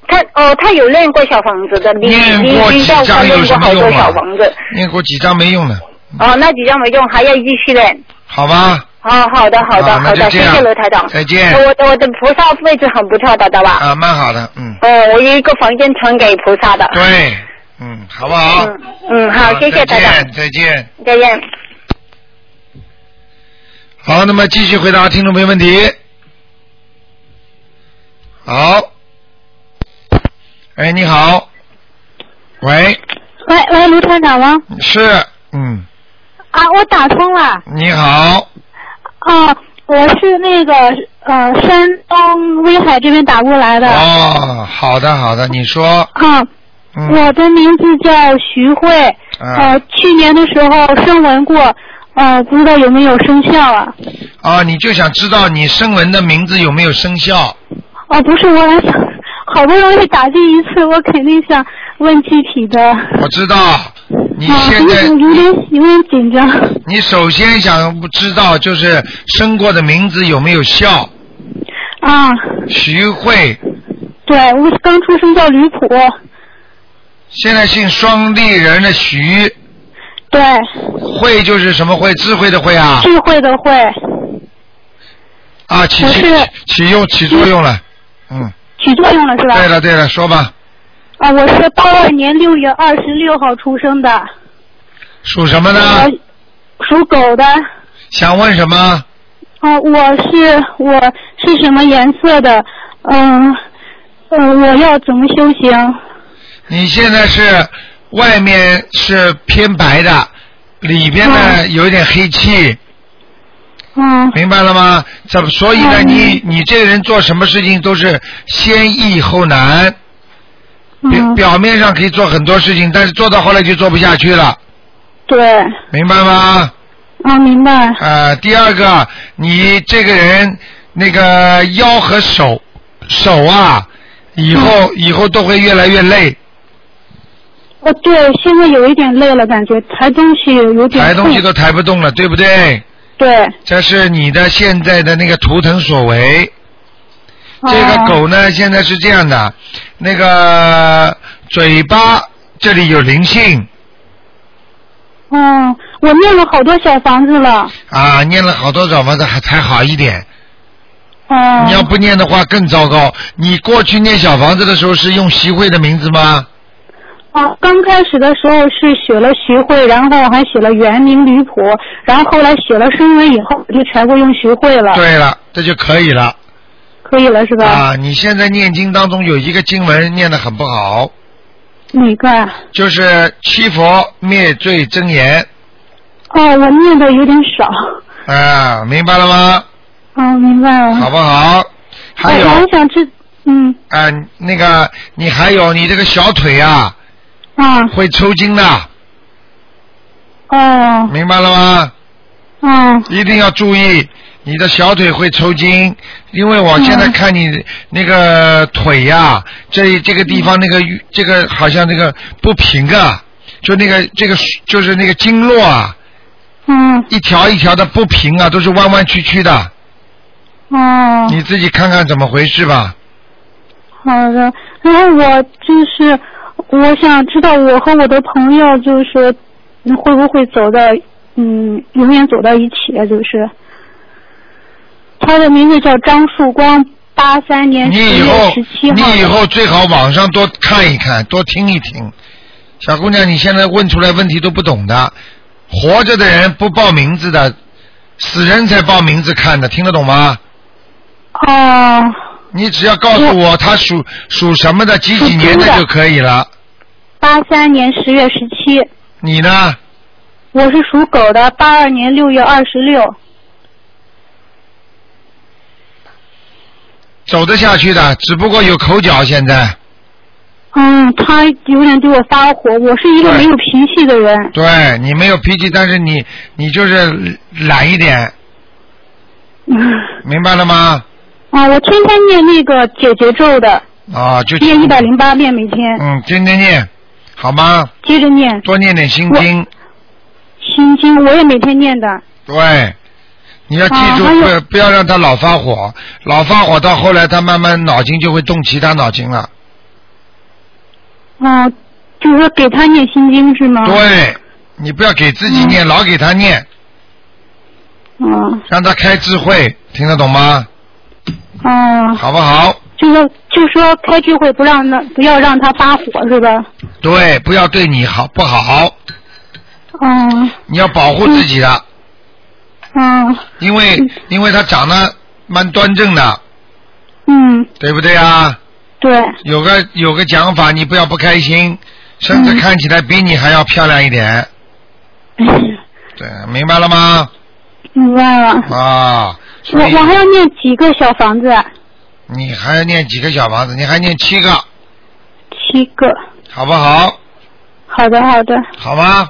I: 他哦，他有练过小房子的，你
A: 念
I: 你
A: 过
I: 你
A: 几
I: 叫他
A: 张有
I: 练
A: 什
I: 过
A: 么
I: 好多
A: 用
I: 小
A: 啊
I: 房子。？
A: 念过几张没用的，
I: 哦，那几张没用，还要继续练。
A: 好吧？
I: 哦，好的，好的，
A: 啊那
I: 好
A: 就这
I: 的，谢
A: 样
I: 谢罗台长。
A: 再见
I: 我的我的菩萨位置很不错的，对吧？
A: 啊，蛮好的，嗯，
I: 哦，我有一个房间传给菩萨的。
A: 对，嗯，好不好？啊
I: 嗯嗯，好，谢谢
A: 再
I: 台长
A: 见，，再见。
I: 再见。
A: 好，那么继续回答听众朋友问题。好，哎，你好，喂，
J: 喂喂，卢团长吗？
A: 是，嗯，
J: 啊，我打通了。
A: 你好，
J: 啊，我是那个呃山东威海这边打过来的。
A: 哦，好的，好的，你说，
J: 啊，
A: 嗯，
J: 我的名字叫徐慧，
A: 啊
J: 呃，去年的时候声纹过，呃，不知道有没有生效啊？
A: 啊，你就想知道你声纹的名字有没有生效？
J: 哦、不是，我想好不容易打进一次，我肯定想问具体的。
A: 我知道，你
J: 啊，
A: 现
J: 有
A: 在
J: 点有点有点紧张。
A: 你首先想知道就是生过的名字有没有效？
J: 啊，
A: 徐慧，
J: 对，我刚出生叫吕普，
A: 现在姓双立人的徐，
J: 对，
A: 慧就是什么慧？智慧的慧啊
J: 智慧的慧。
A: 啊，起
J: 我
A: 起
J: 是
A: 起用起作用了，嗯，
J: 起作用了是吧？
A: 对了对了，说吧，
J: 啊，我是八二年六月二十六号出生的，
A: 属什么
J: 呃
A: 呢？
J: 我属狗的。
A: 想问什么？
J: 啊，我是我是什么颜色的？嗯、嗯、我要怎么修行？
A: 你现在是外面是偏白的，里边呢有一点黑气，
J: 嗯
A: 明白了吗？怎么？所以呢，
J: 嗯
A: 你你这个人做什么事情都是先易后难。表
J: 嗯，
A: 表面上可以做很多事情，但是做到后来就做不下去了，
J: 对，
A: 明白吗？
J: 啊，明白。
A: 呃，第二个，你这个人那个腰和手手啊，以
J: 嗯
A: 后、以后都会越来越累，
J: 哦，对，现在有一点累了，感觉抬东西有点
A: 抬东西
J: 痛
A: 都抬不动了，对不对？
J: 对。
A: 这是你的现在的那个图腾所为。这个
J: 哦
A: 狗呢，现在是这样的，那个嘴巴这里有灵性
J: 嗯，我念了好多小房子了。
A: 啊，念了好多小房子还才好一点。
J: 嗯。
A: 你要不念的话更糟糕。你过去念小房子的时候是用习慧的名字吗？
J: 啊，刚开始的时候是写了徐汇，然后还写了原名吕普，然后后来写了声纹以后，我就全部用徐汇了，
A: 对了，这就可以了
J: 可以了是吧？
A: 啊！你现在念经当中有一个经文念得很不好，
J: 哪个？啊？
A: 就是七佛灭罪真言
J: 哦，我念的有点少。
A: 啊，明白了吗？
J: 哦，明白了。
A: 好不好？还有
I: 哎
J: 哦我
A: 啊
J: 还、想知，嗯
A: 那个你还有你这个小腿啊
J: 啊
I: 嗯
A: 会抽筋的，
J: 哦
A: 明白了吗？
J: 嗯
A: 一定要注意，你的小腿会抽筋，因为我现在看你那个腿呀、这这个地方那个这个好像那个不平啊，就那个这个就是那个经络啊，
J: 嗯
A: 一条一条的不平啊，都是弯弯曲曲的，
J: 哦，
G: 嗯
A: 你自己看看怎么回事吧。
J: 好的。然后我就是我想知道，我和我的朋友就是会不会走到嗯永远走到一起啊？就是他的名字叫张树光，八三年十
A: 你以
J: 月
A: 后
J: 十七号
A: 你以
J: 的。
A: 后最好网上多看一看，多听一听。小姑娘，你现在问出来问题都不懂的，活着的人不报名字的，死人才报名字看的，听得懂吗？
I: 哦，
A: 你只要告诉我他属属什么的，几几年的
I: 属猪的
A: 就可以了。
I: 八三年十月十七，
A: 你呢？
I: 我是属狗的，八二年六月二十六，
A: 走得下去的，只不过有口角现在。
I: 嗯，他有点对我发火，我是一个没有脾气的人，
A: 对你没有脾气，但是你你就是懒一 点，明白了吗？
I: 啊，我天天念那个解结咒的，
A: 啊，就
I: 念一百零八遍每天，
A: 嗯，天天念，好吗？
I: 接着念
A: 多念点心经，
I: 心经我也每天念的，
A: 对，你要记
I: 啊
A: 住，
I: 还有
A: 不不要让他老发火，老发火到后来他慢慢脑筋就会动其他脑筋了。
I: 啊，就是说给他念心经是吗？，
A: 对，你不要给自己念，老给他念，
I: 嗯，
A: 让他开智慧，听得懂吗？
I: 哦、
A: 好不好？
I: 就说就说开智慧不让他不要让他发火是吧？
A: 对，不要对你好不好？
I: 嗯
A: 你要保护自己的。
I: 嗯
A: 因为因为他长得蛮端正的，
I: 嗯，
A: 对不对啊？
I: 对，
A: 有个有个讲法，你不要不开心，甚至看起来比你还要漂亮一点。对，明白了吗？
I: 明白了。
A: 啊，
I: 我
A: 所以
I: 我还要念几个小房子？啊？
A: 你还要念几个小房子？你还念七个，
I: 七个。
A: 好不好？
I: 好的好的，
A: 好吗？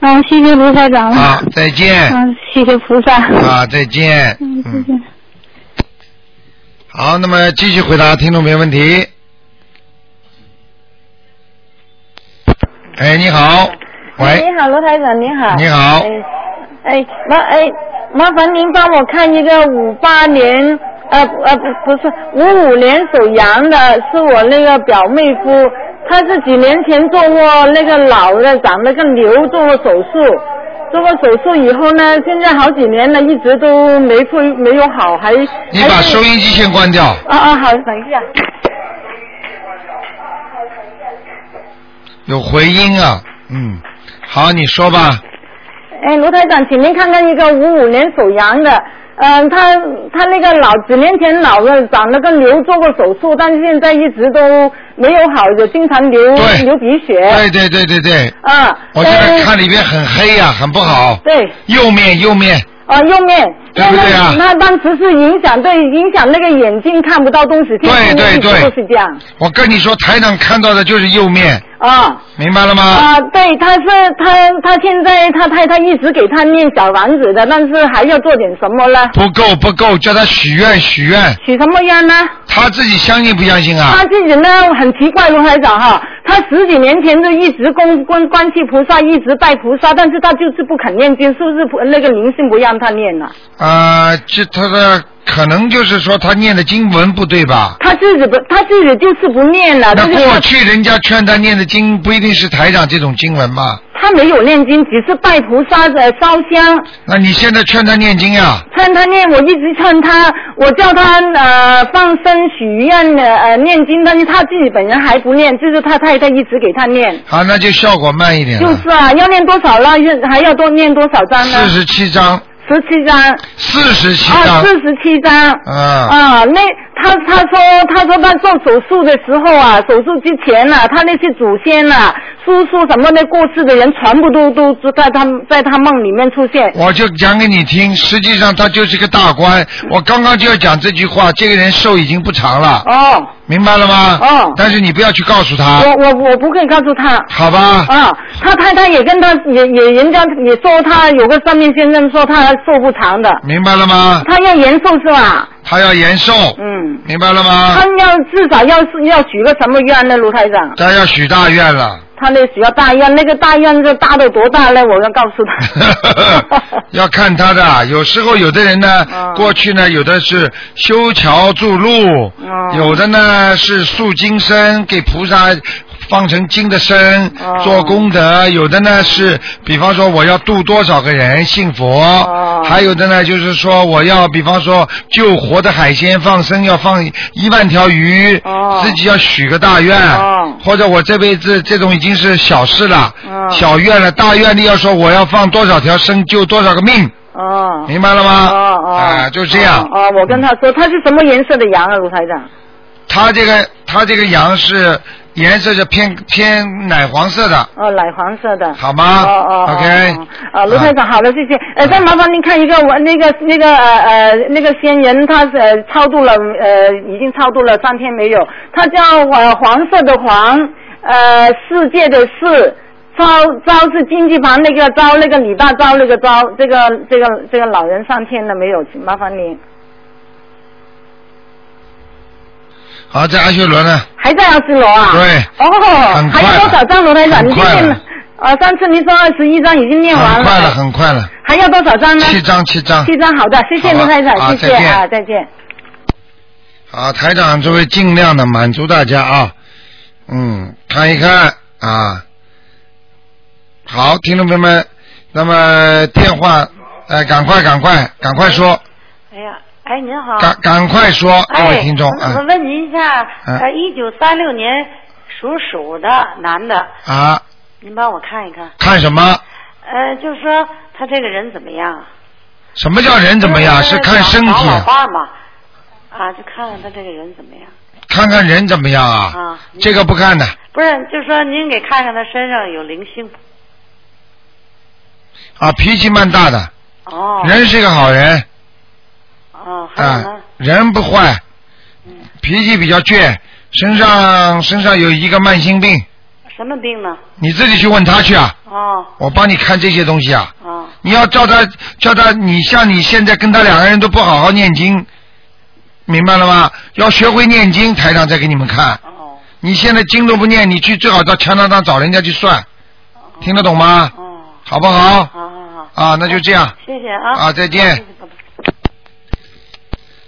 I: 嗯，谢谢卢台长了。
A: 啊，再见。
I: 嗯，谢谢菩萨。
A: 啊，再见。
I: 嗯，谢谢。
A: 好，那么继续回答听众朋友问题。哎，你好，喂，
C: 哎你好，罗台长，你好。
A: 你好
C: 哎，哎，麻哎，麻烦您帮我看一个五八年，呃呃不不是五五年属羊的，是我那个表妹夫，她是几年前做过那个脑的长了个瘤，做过手术。做过手术以后呢，现在好几年了，一直都没恢没有好，还
A: 你把收音机先关掉。
C: 啊啊好，等一下。
A: 有回音啊，嗯，好，你说吧，
C: 哎，卢台长，请您看看一个五五年属羊的，嗯、他他那个脑几年前脑子长了个瘤，做过手术，但是现在一直都没有好，有经常流流鼻血。
A: 对对对对对，
C: 啊，
A: 我现在看里边很黑呀、很不好，
C: 对，
A: 右面右面，
C: 啊、右面，
A: 对不对啊
C: 那那当时是影响，对，影响那个眼睛看不到东西，对
A: 对对
C: 就是这样。
A: 我跟你说，台长看到的就是右面，
C: 啊
A: 明白了吗？
C: 啊，对，他是他他现在他太太一直给他念小丸子的，但是还要做点什么呢？
A: 不够不够，叫他许愿许愿，
C: 许什么愿呢？
A: 他自己相信不相信啊
C: 他？自己呢很奇怪，卢台长哈，他十几年前就一直供观观世菩萨，一直拜菩萨，但是他就是不肯念经，是不是菩那个灵性不让他念呢、
A: 啊，这他的可能就是说他念的经文不对吧？
C: 他自己不，他自己就是不念了。
A: 那
C: 啊但是他
A: 过去人家劝他念的经不一定是台长这种经文嘛？
C: 他没有念经，只是拜菩萨的烧香。
A: 那你现在劝他念经呀、
C: 劝他念，我一直劝他，我叫他呃放生许愿呃呃念经，但是他自己本人还不念，就是他太太一直给他念。
A: 好，啊那就效果慢一点
C: 就
A: 了。
C: 是啊，要念多少了？要还要多念多少章呢？
A: 四十七章，
C: 十七章。
A: 四十七
C: 啊，
A: 章
C: 四，十七章。
A: 啊，
C: 啊，那他他说他说他做手术的时候啊，手术之前啊，他那些祖先啊、叔叔什么的过世的人，全部都都都在他在他梦里面出现。
A: 我就讲给你听，实际上他就是个大官。我刚刚就要讲这句话，这个人寿已经不长了。
C: 哦。
A: 明白了吗？
C: 哦
A: 但是你不要去告诉他，
C: 我我我不会告诉他。
A: 好吧？
C: 啊，他太太也跟他也也人家也说他有个上面先生说他寿不长的，
A: 明白了吗？
C: 他要延寿是吧？
A: 他要延寿，
C: 嗯，
A: 明白了
C: 他
A: 吗？
C: 要至少要是要许个什么愿呢，卢台长？
A: 他要许大愿 了，
C: 他那许要大愿，那个大愿是大到多大呢？我要告诉他。
A: 要看他的。有时候有的人呢，
C: 嗯
A: 过去呢，有的是修桥筑路，有的呢是塑金身，给菩萨放成经的身，做功德；有的呢是，比方说我要度多少个人信佛；还有的呢就是说我要，比方说救活的海鲜放生，要放一万条鱼，自己要许个大愿，或者我这辈子这种已经是小事了，小愿了，大愿力要说我要放多少条生，救多少个命。
K: 哦，
A: 明白了吗？
K: 哦哦，
A: 啊就这样
K: 哦，哦我跟他说，他是什么颜色的羊啊，卢台长？
A: 它这个它这个羊是颜色是偏偏奶黄色的，
K: 哦，奶黄色的。
A: 好吗
K: 哦哦哦
A: OK
K: 哦啊，卢台长，好的，谢谢。呃，再麻烦您看一个，我那个那个呃呃那个仙人，他呃超度了，呃已经超度了三天没有。他叫呃黄色的黄，呃世界的世，招招是经济旁那个招，那个李大钊那个招，这个这个这个老人上天了没有？请麻烦您。
A: 好，在阿修罗呢，
K: 还在二十楼啊？
A: 对。
K: 哦，还有多少张罗台长？
A: 很
K: 你今
A: 快了
K: 天呃，上次您说二十一张已经念完了，嗯
A: 很快了，很快了，
K: 还要多少张呢？
A: 七张七张
K: 七张，好的，谢谢
A: 好了
K: 罗台
A: 啊
K: 长，谢谢
A: 再见
K: 啊，再见。
A: 好，台长这位尽量的满足大家啊，嗯，看一看啊，好，听众朋友们，那么电话，呃，赶快赶快赶快说，
C: 哎呀，哎，您好。
A: 赶赶快说，各
C: 哎，
A: 位听众，
C: 我
A: 啊
C: 问您一下，
A: 嗯
C: 呃，一九三六年属鼠的男的，
A: 啊，
C: 您帮我看一看。
A: 看什么？
C: 呃，就是说他这个人怎么样？
A: 什么叫人怎么样？是看身体
C: 找老
A: 啊，
C: 伴儿嘛？啊，就看看他这个人怎么样。
A: 看看人怎么样啊？
C: 啊，
K: 嗯
A: 这个不看的
C: 不是，就说您给看看他身上有灵性不
A: 啊，脾气蛮大的，
C: 哦。
A: 人是一个好人，
C: 哦，还有
A: 啊
C: 呢？，
A: 人不坏，脾气比较倔，身上身上有一个慢性病，
C: 什么病呢？
A: 你自己去问他去啊，
C: 哦
A: 我帮你看这些东西啊。
C: 哦
A: 你要叫他叫他，你像你现在跟他两个人都不好好念经，明白了吗？要学会念经，台上再给你们看。
C: 哦
A: 你现在经都不念，你去最好到墙头上找人家去算，听得懂吗？好不好？好好好。啊，那就这样。
C: 谢谢啊。
A: 啊再见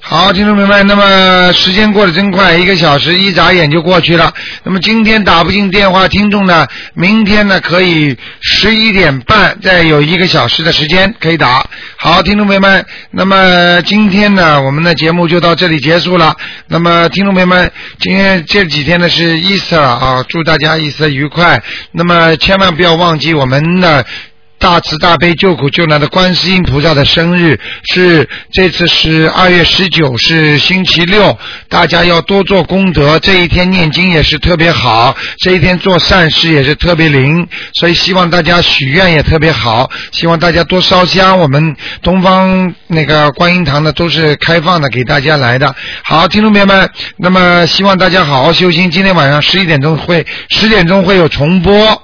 A: 好，听众朋友们，那么时间过得真快，一个小时一眨眼就过去了。那么今天打不进电话，听众呢，明天呢可以十一点半再有一个小时的时间可以打。好，听众朋友们，那么今天呢，我们的节目就到这里结束了。那么听众朋友们，今天这几天呢是 Easter 了啊，祝大家 Easter 愉快。那么千万不要忘记我们的。大慈大悲救苦救难的观世音菩萨的生日是这次是二月十九，是星期六，大家要多做功德。这一天念经也是特别好，这一天做善事也是特别灵，所以希望大家许愿也特别好，希望大家多烧香。我们东方那个观音堂呢都是开放的，给大家来的。好，听众朋友们，那么希望大家好好修心。今天晚上十一点钟会，十点钟会有重播。